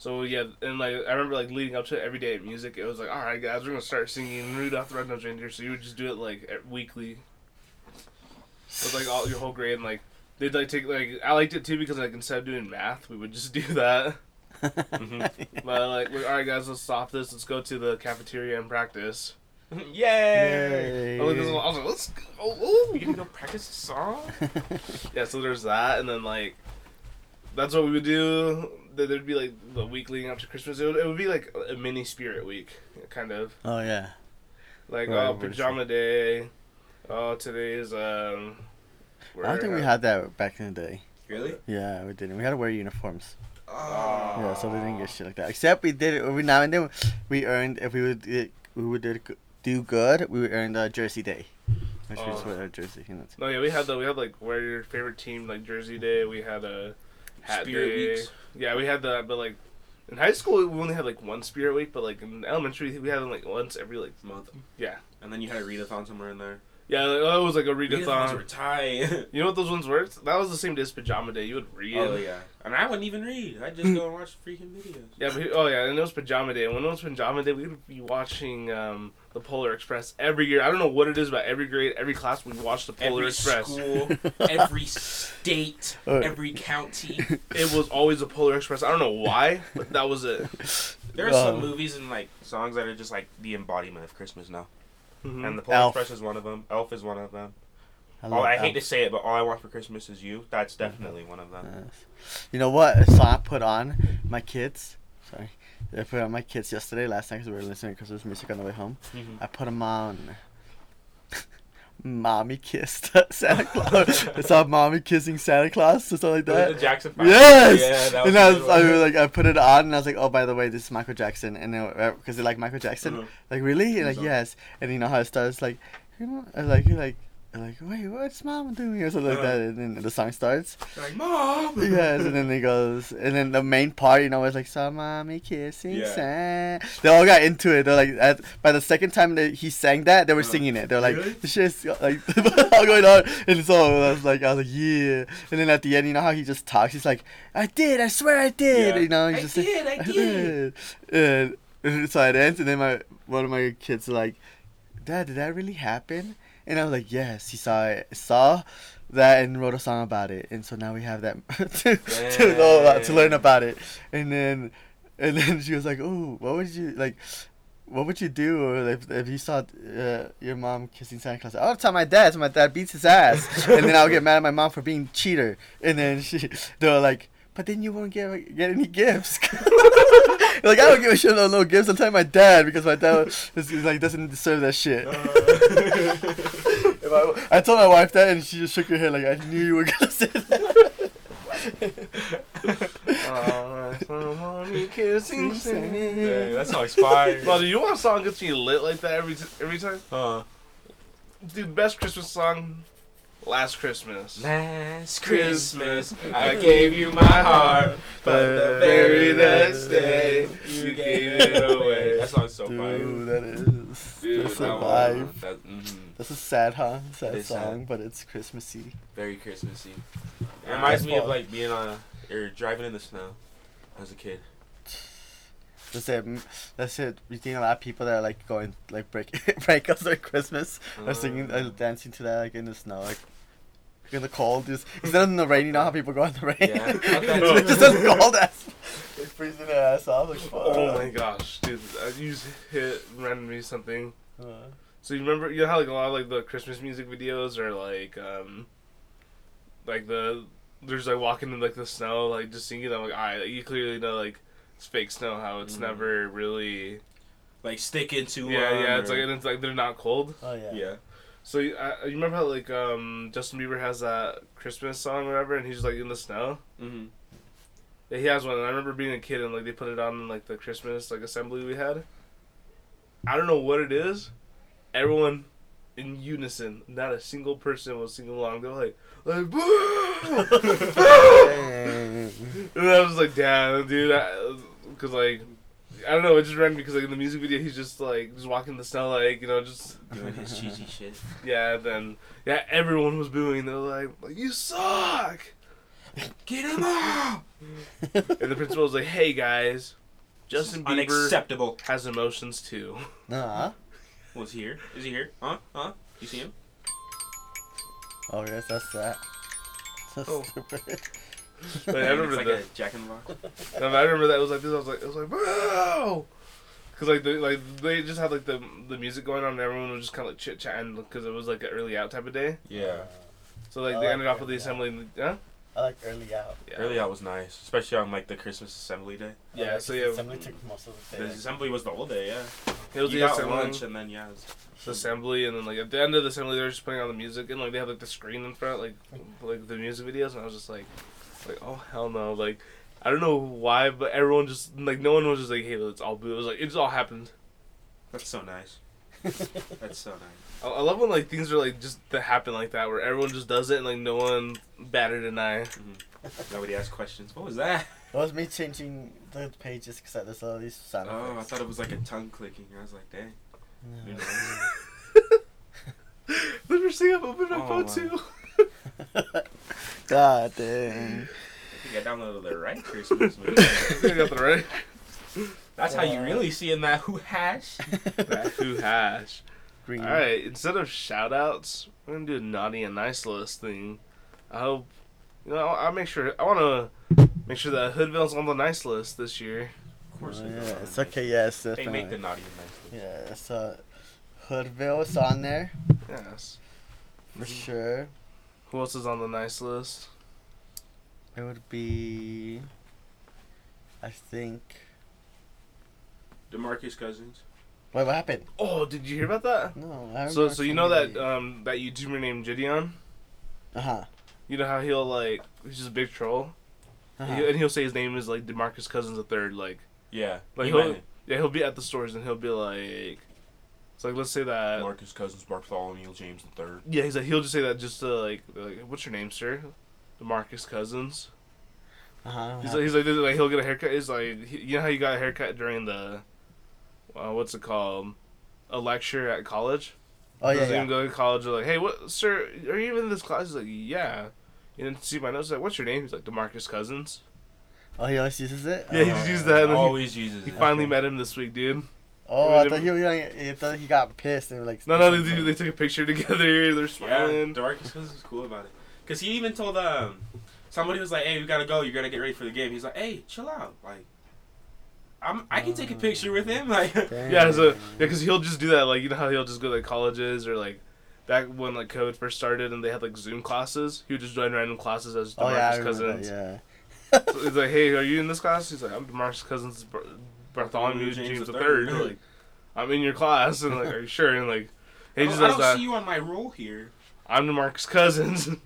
[SPEAKER 2] So yeah, and like I remember like leading up to it, every day at music, it was like, all right, guys, we're gonna start singing Rudolph the Red-Nosed Reindeer. So you would just do it like at, weekly with like all your whole grade. And, like they'd like take like I liked it too because like instead of doing math, we would just do that. But like, we're, all right, guys, let's stop this. Let's go to the cafeteria and practice. I
[SPEAKER 3] Yay!
[SPEAKER 4] Yay.
[SPEAKER 2] was like, I was like, let's go. Oh,
[SPEAKER 3] You gonna go practice a song?
[SPEAKER 2] Yeah, so there's that, and then like that's what we would do. Th- There'd be like the week leading up to Christmas. It would, it would be like a mini spirit week, kind of
[SPEAKER 4] Oh yeah.
[SPEAKER 2] like
[SPEAKER 4] Right,
[SPEAKER 2] oh
[SPEAKER 4] what is
[SPEAKER 2] pajama day. Oh, today is um.
[SPEAKER 4] I don't think we
[SPEAKER 2] we're-
[SPEAKER 4] had that back in the day.
[SPEAKER 3] Really?
[SPEAKER 4] Yeah, we didn't. We had to wear uniforms.
[SPEAKER 2] Ah.
[SPEAKER 3] Oh.
[SPEAKER 4] Yeah, so we didn't get shit like that. Except we did it every now and then. We earned if we would it, we would did go- do good. We would earn a jersey day, which we just
[SPEAKER 2] Oh.
[SPEAKER 4] wear our jersey. You know.
[SPEAKER 2] No, yeah, we had the we had like wear your favorite team like jersey day. We had a hat
[SPEAKER 3] Spirit
[SPEAKER 2] day.
[SPEAKER 3] weeks.
[SPEAKER 2] Yeah, we had that, but like in high school we only had like one spirit week, but like in elementary we had them like once every like
[SPEAKER 3] Month.
[SPEAKER 2] Yeah.
[SPEAKER 3] And then you had a readathon somewhere in there.
[SPEAKER 2] yeah like, oh, it was like a
[SPEAKER 3] Readathons were
[SPEAKER 2] readathon.
[SPEAKER 3] tight.
[SPEAKER 2] You know what those ones were? That was the same day as pajama day. You would read.
[SPEAKER 3] Oh yeah, and I wouldn't even read. I'd just go and watch freaking videos.
[SPEAKER 2] Yeah, but, oh yeah, and it was pajama day. And when it was pajama day, we would be watching um, the Polar Express every year. I don't know what it is about every grade, every class we watched the Polar
[SPEAKER 3] every
[SPEAKER 2] Express.
[SPEAKER 3] school, every state,
[SPEAKER 4] Alright.
[SPEAKER 3] every county.
[SPEAKER 2] It was always the Polar Express. I don't know why, but that was it.
[SPEAKER 3] There are some
[SPEAKER 4] Um,
[SPEAKER 3] movies and like songs that are just like the embodiment of Christmas now,
[SPEAKER 2] Mhm.
[SPEAKER 3] and the Polar
[SPEAKER 4] Elf.
[SPEAKER 3] Express is one of them. Elf is one of them.
[SPEAKER 4] I,
[SPEAKER 3] All,
[SPEAKER 4] love
[SPEAKER 3] Oh, I hate to
[SPEAKER 4] Elf.
[SPEAKER 3] say it, but all I want for Christmas is you. That's definitely one of them.
[SPEAKER 4] Yes. You know what a song I put on my kids? Sorry, I put on my kids yesterday last night because we were listening to Christmas music on the way home.
[SPEAKER 3] Mhm.
[SPEAKER 4] I put them on. Mommy kissed Santa Claus. it's on mommy kissing Santa Claus or something like
[SPEAKER 3] Was it
[SPEAKER 4] that.
[SPEAKER 3] the Jackson Five?
[SPEAKER 4] Yes.
[SPEAKER 3] Yeah, that was
[SPEAKER 4] and I
[SPEAKER 3] a
[SPEAKER 4] was,
[SPEAKER 3] good
[SPEAKER 4] I
[SPEAKER 3] one.
[SPEAKER 4] was like, I put it on, and I was like, oh, by the way, this is Michael Jackson, and because they like Michael Jackson,
[SPEAKER 3] Mhm.
[SPEAKER 4] like really, and
[SPEAKER 3] Who's
[SPEAKER 4] like
[SPEAKER 3] on?
[SPEAKER 4] yes, and you know how it starts, like, you know, and, like you're like, and, like wait, what's mom doing or something like
[SPEAKER 3] Uh-huh.
[SPEAKER 4] that, and then the song starts,
[SPEAKER 3] Like mom.
[SPEAKER 4] yes, and then it goes, and then the main part, you know, is like, saw mommy kissing
[SPEAKER 3] Yeah.
[SPEAKER 4] Santa. They all got into it. They're like, at, by the second time that he sang that, they were
[SPEAKER 3] Uh-huh.
[SPEAKER 4] singing it. They're like,
[SPEAKER 3] Really?
[SPEAKER 4] this shit's like all going on, and so I was like, I was like, yeah, and then at the end, you know how he just talks, he's like, I did, I swear I did,
[SPEAKER 3] Yeah.
[SPEAKER 4] you know,
[SPEAKER 3] I
[SPEAKER 4] he's just
[SPEAKER 3] did, I did.
[SPEAKER 4] did. and so it ends, and then my one of my kids are like, Dad, did that really happen? And I was like, yes, he saw it, saw that, and wrote a song about it. And so now we have that to, to know about, to learn
[SPEAKER 3] Dang.
[SPEAKER 4] about it. And then, and then she was like, oh, what would you like? What would you do or if, if you saw uh, your mom kissing Santa Claus? I would tell my dad, so my dad beats his ass, and then I would get mad at my mom for being cheater. And then she, they were like, but then you won't get get any gifts. like I don't give a shit about no gifts. I'm telling my dad because my dad was, is, is, like doesn't deserve that shit.
[SPEAKER 3] Uh.
[SPEAKER 4] If I, I told my wife that and she just shook her head like I knew you were gonna say that.
[SPEAKER 2] Oh, mommy kissing
[SPEAKER 3] Dang, that song's fire.
[SPEAKER 2] Well, do you want a song that gets me lit like that every t- every time?
[SPEAKER 3] Huh.
[SPEAKER 2] Dude, best Christmas song, Last Christmas.
[SPEAKER 3] Last
[SPEAKER 2] Christmas,
[SPEAKER 3] Christmas,
[SPEAKER 2] I
[SPEAKER 3] I gave you my heart, but the very next day, you gave it away. That song's so
[SPEAKER 4] Dude,
[SPEAKER 3] fire.
[SPEAKER 4] that is
[SPEAKER 3] Dude,
[SPEAKER 4] that's
[SPEAKER 3] that
[SPEAKER 4] a
[SPEAKER 3] one-
[SPEAKER 4] vibe.
[SPEAKER 3] that- mhm.
[SPEAKER 4] That's a sad, huh? Sad
[SPEAKER 3] It is sad.
[SPEAKER 4] song, but it's Christmassy.
[SPEAKER 3] Very Christmassy. It
[SPEAKER 2] Yeah,
[SPEAKER 3] reminds
[SPEAKER 4] that's
[SPEAKER 3] me of
[SPEAKER 4] fun.
[SPEAKER 3] like being on or driving in the snow as a kid.
[SPEAKER 4] That's it. mm, That's it. You think a lot of people that are like going like break breakups or Christmas are singing
[SPEAKER 3] Uh.
[SPEAKER 4] and dancing to that like in the snow, like in the cold. Just instead of in the rain, you know how people go in the rain.
[SPEAKER 3] Yeah, I thought that
[SPEAKER 4] It's
[SPEAKER 3] too.
[SPEAKER 4] just as cold ass. They're freezing their ass off. Like, fuck.
[SPEAKER 2] Oh my gosh, dude! uh, You just hit reminded me of something.
[SPEAKER 4] Uh,
[SPEAKER 2] So you remember you know how like a lot of like the Christmas music videos are like um like the there's like walking in like the snow like just singing I'm like I you clearly know like it's fake snow how it's
[SPEAKER 3] Mhm.
[SPEAKER 2] never really
[SPEAKER 3] Like sticking to
[SPEAKER 2] yeah
[SPEAKER 3] 'em
[SPEAKER 2] yeah it's
[SPEAKER 3] or-
[SPEAKER 2] like and it's like they're not cold
[SPEAKER 4] oh yeah.
[SPEAKER 3] yeah.
[SPEAKER 2] so you, I, you remember how like um Justin Bieber has that Christmas song or whatever and he's like in the snow
[SPEAKER 3] hmm
[SPEAKER 2] yeah, he has one and I remember being a kid and like they put it on in like the Christmas like assembly we had I don't know what it is everyone in unison not a single person was singing along they're like like boo
[SPEAKER 4] Dang.
[SPEAKER 2] And I was like, damn, dude, because like, I don't know, it just ran because like in the music video, he's just like just walking in the snow, like you know, just
[SPEAKER 3] Doing his cheesy shit.
[SPEAKER 2] yeah. Then yeah, everyone was booing. They're like, you suck.
[SPEAKER 3] Get him out!
[SPEAKER 2] And the principal was like, hey guys, Justin Bieber
[SPEAKER 3] Unacceptable.
[SPEAKER 2] has emotions too.
[SPEAKER 4] Nah.
[SPEAKER 3] Was he here? Is he here? Huh? Huh? You see him?
[SPEAKER 4] Oh yes, that's that. So
[SPEAKER 2] Oh.
[SPEAKER 4] stupid.
[SPEAKER 2] Like, I
[SPEAKER 3] it's
[SPEAKER 2] remember
[SPEAKER 3] like
[SPEAKER 2] that.
[SPEAKER 3] a jack in the box.
[SPEAKER 2] And I remember that it was like this. I was like, I was like, bro. Cause like the like they just had like the the music going on and everyone was just kind of like chit chatting because it was like an early out type of day.
[SPEAKER 3] Yeah.
[SPEAKER 2] So like
[SPEAKER 4] I
[SPEAKER 2] they
[SPEAKER 4] like
[SPEAKER 2] ended off
[SPEAKER 4] that,
[SPEAKER 2] with the
[SPEAKER 4] yeah.
[SPEAKER 2] assembly. And the, huh?
[SPEAKER 4] I like early out.
[SPEAKER 2] Yeah.
[SPEAKER 3] Early out was nice, especially on like the Christmas assembly day.
[SPEAKER 2] Yeah,
[SPEAKER 4] Like,
[SPEAKER 2] so yeah,
[SPEAKER 4] Assembly took most of the
[SPEAKER 3] The
[SPEAKER 4] day.
[SPEAKER 3] assembly was the whole day, yeah.
[SPEAKER 2] it was
[SPEAKER 3] you
[SPEAKER 2] the
[SPEAKER 3] got
[SPEAKER 2] assembly,
[SPEAKER 3] lunch and then yeah, it was-
[SPEAKER 2] the assembly, and then like at the end of the assembly, they're just putting on the music, and like they have like the screen in front, like like the music videos, and I was just like, like oh hell no, like I don't know why, but everyone just like no one was just like, hey, let's all do it. It was like it just all happened.
[SPEAKER 3] that's so nice. That's so nice.
[SPEAKER 2] I, I love when like things are like just that happen like that, where everyone just does it, and like no one batted an eye.
[SPEAKER 3] Nobody asked questions. What was that?
[SPEAKER 4] That was me changing the pages because I there's all these sound
[SPEAKER 3] Oh, I
[SPEAKER 4] effects.
[SPEAKER 3] thought it was like a tongue clicking. I was like, dang.
[SPEAKER 4] No.
[SPEAKER 3] You know?
[SPEAKER 2] Let me see. I've opened my
[SPEAKER 3] Oh,
[SPEAKER 2] phone
[SPEAKER 3] wow.
[SPEAKER 2] too.
[SPEAKER 4] God dang.
[SPEAKER 3] I think I downloaded the right Christmas movie.
[SPEAKER 2] I think I got the right.
[SPEAKER 3] That's how you really see in that who hash.
[SPEAKER 2] Who hash?
[SPEAKER 4] Green.
[SPEAKER 2] All right, instead of shout outs, we're going to do a naughty and nice list thing. I hope, you know, I'll, I'll make sure, I want to make sure that Hoodville's on the nice list this year.
[SPEAKER 3] Of
[SPEAKER 4] Oh,
[SPEAKER 3] course, it
[SPEAKER 4] yeah,
[SPEAKER 3] is.
[SPEAKER 4] it's okay. Yes,
[SPEAKER 3] They make the
[SPEAKER 4] definitely.
[SPEAKER 3] naughty and nice. list.
[SPEAKER 4] Yeah, so Hoodville is on there
[SPEAKER 2] Yes.
[SPEAKER 3] Mm-hmm.
[SPEAKER 4] for sure.
[SPEAKER 2] Who else is on the nice list?
[SPEAKER 4] It would be, I think.
[SPEAKER 3] Demarcus Cousins.
[SPEAKER 4] Wait, what happened?
[SPEAKER 2] Oh, did you hear about that?
[SPEAKER 4] No, I
[SPEAKER 2] So, so you know that um, that YouTuber named Gideon?
[SPEAKER 4] uh huh.
[SPEAKER 2] You know how he'll like he's just a big troll,
[SPEAKER 4] uh-huh,
[SPEAKER 2] and, he'll, and he'll say his name is like Demarcus Cousins the third. Like,
[SPEAKER 3] Yeah.
[SPEAKER 2] Like,
[SPEAKER 3] he
[SPEAKER 2] who-
[SPEAKER 3] might-
[SPEAKER 2] yeah, he'll be at the stores and he'll be like, it's like let's say that
[SPEAKER 3] Marcus Cousins, Bartholomew James the third.
[SPEAKER 2] Yeah, he's like he'll just say that just to like, like what's your name, sir? Demarcus Cousins.
[SPEAKER 4] Uh huh.
[SPEAKER 2] He's like, he's like, this is like he'll get a haircut. He's like, he- you know how you got a haircut during the, uh, what's it called, a lecture at college.
[SPEAKER 4] Oh yeah,
[SPEAKER 2] Doesn't
[SPEAKER 4] yeah.
[SPEAKER 2] even go to college. They're like, hey, what, sir? Are you even in this class? He's like, yeah. You didn't see my notes. He's like, what's your name? He's like, Demarcus Cousins.
[SPEAKER 4] Oh, he always uses it.
[SPEAKER 2] Yeah,
[SPEAKER 4] Oh.
[SPEAKER 2] he's used that, and then he-
[SPEAKER 3] Always uses.
[SPEAKER 2] He
[SPEAKER 3] it.
[SPEAKER 2] finally
[SPEAKER 3] Okay.
[SPEAKER 2] met him this week, dude.
[SPEAKER 4] Oh, I
[SPEAKER 2] They-
[SPEAKER 4] thought he, was like, I thought he got pissed and like.
[SPEAKER 2] No, no, they, they, they took a picture together. They're
[SPEAKER 3] Yeah,
[SPEAKER 2] smiling.
[SPEAKER 3] Demarcus Cousins is cool about it. Cause he even told um somebody was like, "Hey, we gotta go. You gotta get ready for the game." He's like, "Hey, chill out. Like, I'm I can take a picture with him. Like,
[SPEAKER 4] Damn.
[SPEAKER 2] Yeah, so yeah, because he'll just do that. Like you know how he'll just go to like, colleges or like back when like COVID first started and they had like Zoom classes. He would just join random classes as Demarcus
[SPEAKER 4] Oh yeah, I remember
[SPEAKER 2] Cousins.
[SPEAKER 4] that,
[SPEAKER 2] So he's like, hey, are you in this class? He's like, I'm Demarcus Cousins, Bar- Bartholomew James, the Third. Like, I'm in your class, and like, are you sure? And like,
[SPEAKER 3] I
[SPEAKER 2] he
[SPEAKER 3] don't,
[SPEAKER 2] just
[SPEAKER 3] I
[SPEAKER 2] does
[SPEAKER 3] don't
[SPEAKER 2] that.
[SPEAKER 3] see you on my rule here.
[SPEAKER 2] I'm Demarcus Cousins.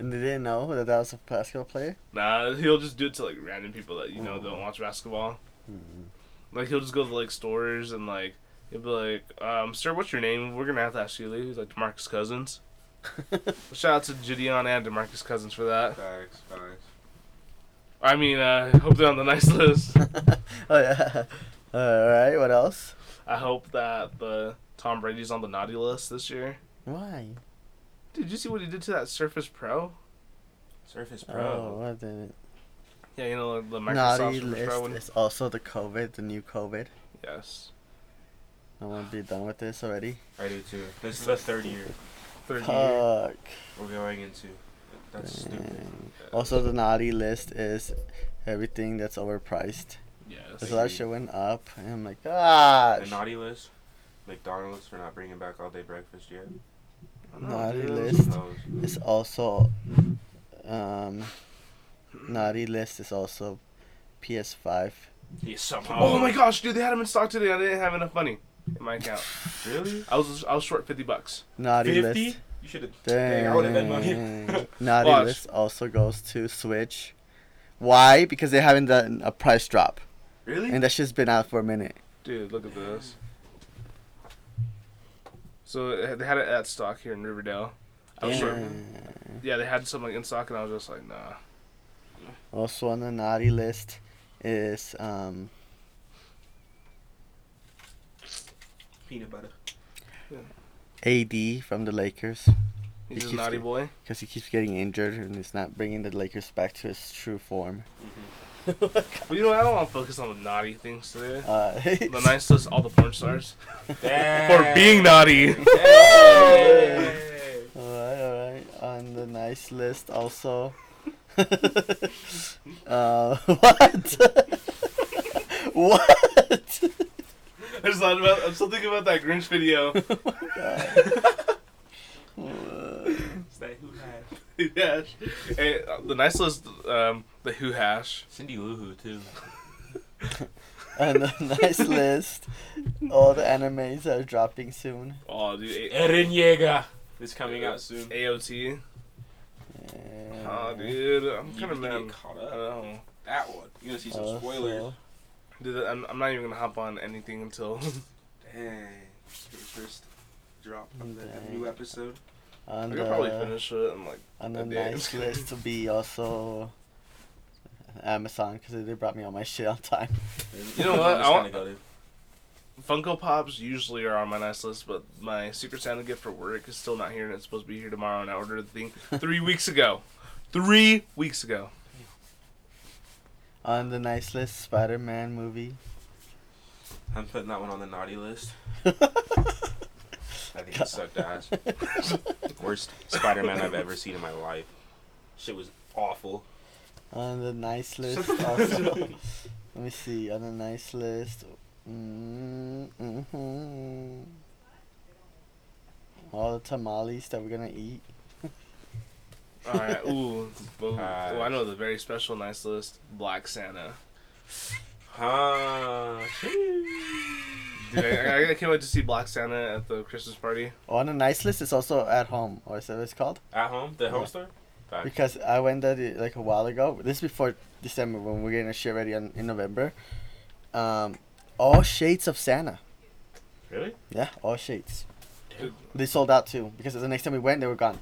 [SPEAKER 4] And they didn't know that that was a basketball player.
[SPEAKER 2] nah, he'll just do it to like random people that you know
[SPEAKER 4] Oh.
[SPEAKER 2] don't watch basketball.
[SPEAKER 4] Mm-hmm.
[SPEAKER 2] Like he'll just go to like stores and like. He'll be like, um, sir, what's your name? We're gonna have to ask you. to leave." He's like, Demarcus Cousins. Shout out to Gideon and Demarcus Cousins for that.
[SPEAKER 3] Facts, facts.
[SPEAKER 2] I mean, uh, hope they're on the nice list.
[SPEAKER 4] oh yeah. All right. What else?
[SPEAKER 2] I hope that the Tom Brady's on the naughty list this year.
[SPEAKER 4] Why?
[SPEAKER 2] Did you see what he did to that Surface Pro?
[SPEAKER 3] Surface
[SPEAKER 4] Oh,
[SPEAKER 3] Pro.
[SPEAKER 4] I didn't.
[SPEAKER 2] Yeah, you know the Microsoft
[SPEAKER 4] Naughty
[SPEAKER 2] Surface Pro.
[SPEAKER 4] list
[SPEAKER 2] One.
[SPEAKER 4] is also the COVID, the new COVID.
[SPEAKER 2] Yes,
[SPEAKER 4] I want to be done with this already.
[SPEAKER 3] I do too. This is the third year
[SPEAKER 2] third year.
[SPEAKER 4] Fuck.
[SPEAKER 3] we're going into. That's stupid.
[SPEAKER 4] Dang. Also, the naughty list is everything that's overpriced.
[SPEAKER 2] Yes.
[SPEAKER 4] Because that shit went up, and I'm like, "Ah, gosh.
[SPEAKER 3] The naughty list. McDonald's for not bringing back all day breakfast yet.
[SPEAKER 4] naughty
[SPEAKER 2] Oh, dude.
[SPEAKER 4] list
[SPEAKER 3] Those.
[SPEAKER 4] is also, um, naughty list is also PS5.
[SPEAKER 3] He somehow.
[SPEAKER 2] Oh my gosh, dude! They had him in stock today. I didn't have enough money in my account.
[SPEAKER 3] Really?
[SPEAKER 2] I was I was short fifty bucks.
[SPEAKER 4] Naughty
[SPEAKER 3] Fifty?
[SPEAKER 4] list.
[SPEAKER 3] You should have.
[SPEAKER 4] Dang,
[SPEAKER 3] Dang, I would have been money.
[SPEAKER 4] naughty
[SPEAKER 2] Watch.
[SPEAKER 4] list also goes to Switch. Why? Because they haven't done a price drop,
[SPEAKER 3] really?
[SPEAKER 4] and that shit's been out for a minute.
[SPEAKER 2] Dude, look at this. So uh, they had it at stock here in Riverdale. I was short.
[SPEAKER 4] Dang.
[SPEAKER 2] Yeah, they had some like in stock, and I was just like, nah.
[SPEAKER 4] Also on the naughty list is um
[SPEAKER 3] Peanut butter.
[SPEAKER 4] AD from the Lakers.
[SPEAKER 2] He's just
[SPEAKER 4] He's
[SPEAKER 2] a naughty
[SPEAKER 4] good.
[SPEAKER 2] boy.
[SPEAKER 4] Because he keeps getting injured and it's not bringing the Lakers back to his true form.
[SPEAKER 2] Mm-hmm. But you know, what? I don't want to focus on the naughty things today.
[SPEAKER 4] Uh,
[SPEAKER 2] The nice list, all the porn stars for
[SPEAKER 3] Dang.
[SPEAKER 2] being naughty.
[SPEAKER 3] Hey.
[SPEAKER 4] Alright, alright. On the nice list also. uh, what? what?
[SPEAKER 2] I just thought about. I'm still thinking about that Grinch video.
[SPEAKER 3] It's that who had.
[SPEAKER 2] hash. Hey, uh, the nice list, um, the Who hash.
[SPEAKER 3] Cindy Lou Who too.
[SPEAKER 4] On the nice list, all the animes that are dropping soon.
[SPEAKER 2] Oh, dude. A-
[SPEAKER 3] Eren Yeager is coming out soon.
[SPEAKER 2] AOT.
[SPEAKER 4] Uh,
[SPEAKER 2] Oh, dude. I'm
[SPEAKER 3] You
[SPEAKER 2] kind of
[SPEAKER 3] need to
[SPEAKER 2] mad.
[SPEAKER 3] get caught
[SPEAKER 2] I
[SPEAKER 3] up.
[SPEAKER 2] don't know.
[SPEAKER 3] That one. You're gonna see some
[SPEAKER 4] also-
[SPEAKER 3] spoilers.
[SPEAKER 2] Dude, I'm, I'm not even going to hop on anything until.
[SPEAKER 3] Dang. For the first drop of the
[SPEAKER 4] Dang.
[SPEAKER 3] new episode.
[SPEAKER 4] On
[SPEAKER 2] I
[SPEAKER 4] the,
[SPEAKER 2] could probably finish it. I'm like,
[SPEAKER 4] on the
[SPEAKER 2] that day.
[SPEAKER 4] nice list to be also Amazon because they brought me all my shit on time.
[SPEAKER 2] You know what?
[SPEAKER 3] I'm just
[SPEAKER 2] I
[SPEAKER 3] gonna
[SPEAKER 2] want-
[SPEAKER 3] go to-
[SPEAKER 2] Funko Pops usually are on my nice list, but my Secret Santa gift for work is still not here, and it's supposed to be here tomorrow. And I ordered the thing three weeks ago. Three weeks ago.
[SPEAKER 4] On the nice list, Spider Man movie.
[SPEAKER 3] I'm putting that one on the naughty list. I think it sucked ass. Worst Spider Man I've ever seen in my life. Shit was awful.
[SPEAKER 4] on the nice list, also. Let me see. On the nice list. Mm, mhm. All the tamales that we're gonna eat.
[SPEAKER 2] All right. Ooh. Well,
[SPEAKER 3] Uh,
[SPEAKER 2] well, I know the very special nice list. Black Santa.
[SPEAKER 3] Huh.
[SPEAKER 2] Dude, I, I, I can't wait to see Black Santa at the Christmas party.
[SPEAKER 4] Oh, On the nice list is also at home, or is that what it's called?
[SPEAKER 3] At home? The home
[SPEAKER 4] Yeah.
[SPEAKER 3] store? Back.
[SPEAKER 4] Because I went there the- like a while ago. This is before December when we're getting a shit ready on, in November. Um, all shades of Santa.
[SPEAKER 3] Really?
[SPEAKER 4] Yeah, all shades.
[SPEAKER 2] Dude,
[SPEAKER 4] They sold out too because the next time we went, they were gone.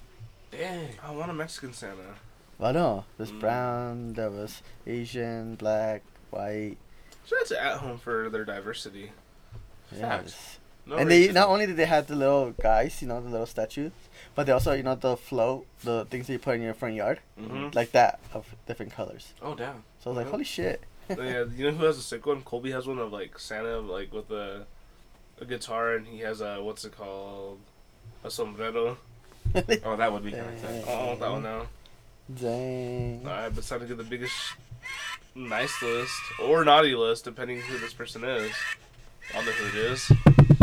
[SPEAKER 3] Dang.
[SPEAKER 2] I want a Mexican Santa.
[SPEAKER 4] Well, no, there's
[SPEAKER 3] Mm.
[SPEAKER 4] brown, there was Asian, black, white.
[SPEAKER 2] Shout out to At Home for their diversity.
[SPEAKER 4] Yeah,
[SPEAKER 3] Facts.
[SPEAKER 4] there's-
[SPEAKER 2] No
[SPEAKER 4] and they
[SPEAKER 2] racism.
[SPEAKER 4] not only did they have the little guys, you know, the little statues, but they also, you know, the float, the things that you put in your front yard,
[SPEAKER 3] Mhm.
[SPEAKER 4] like that of different colors.
[SPEAKER 3] Oh, damn.
[SPEAKER 4] So I was like,
[SPEAKER 2] Mhm.
[SPEAKER 4] holy shit.
[SPEAKER 2] yeah, you know who has a sick one? Colby has one of like Santa, like with a, a guitar, and he has a what's it called, a sombrero.
[SPEAKER 3] Oh, that would be kind of
[SPEAKER 4] Dang.
[SPEAKER 3] tough.
[SPEAKER 2] Oh, I want that one now.
[SPEAKER 4] Dang. Mm-hmm.
[SPEAKER 2] All right, but it's time to get the biggest nice list or naughty list, depending who this person is. I don't know who it is.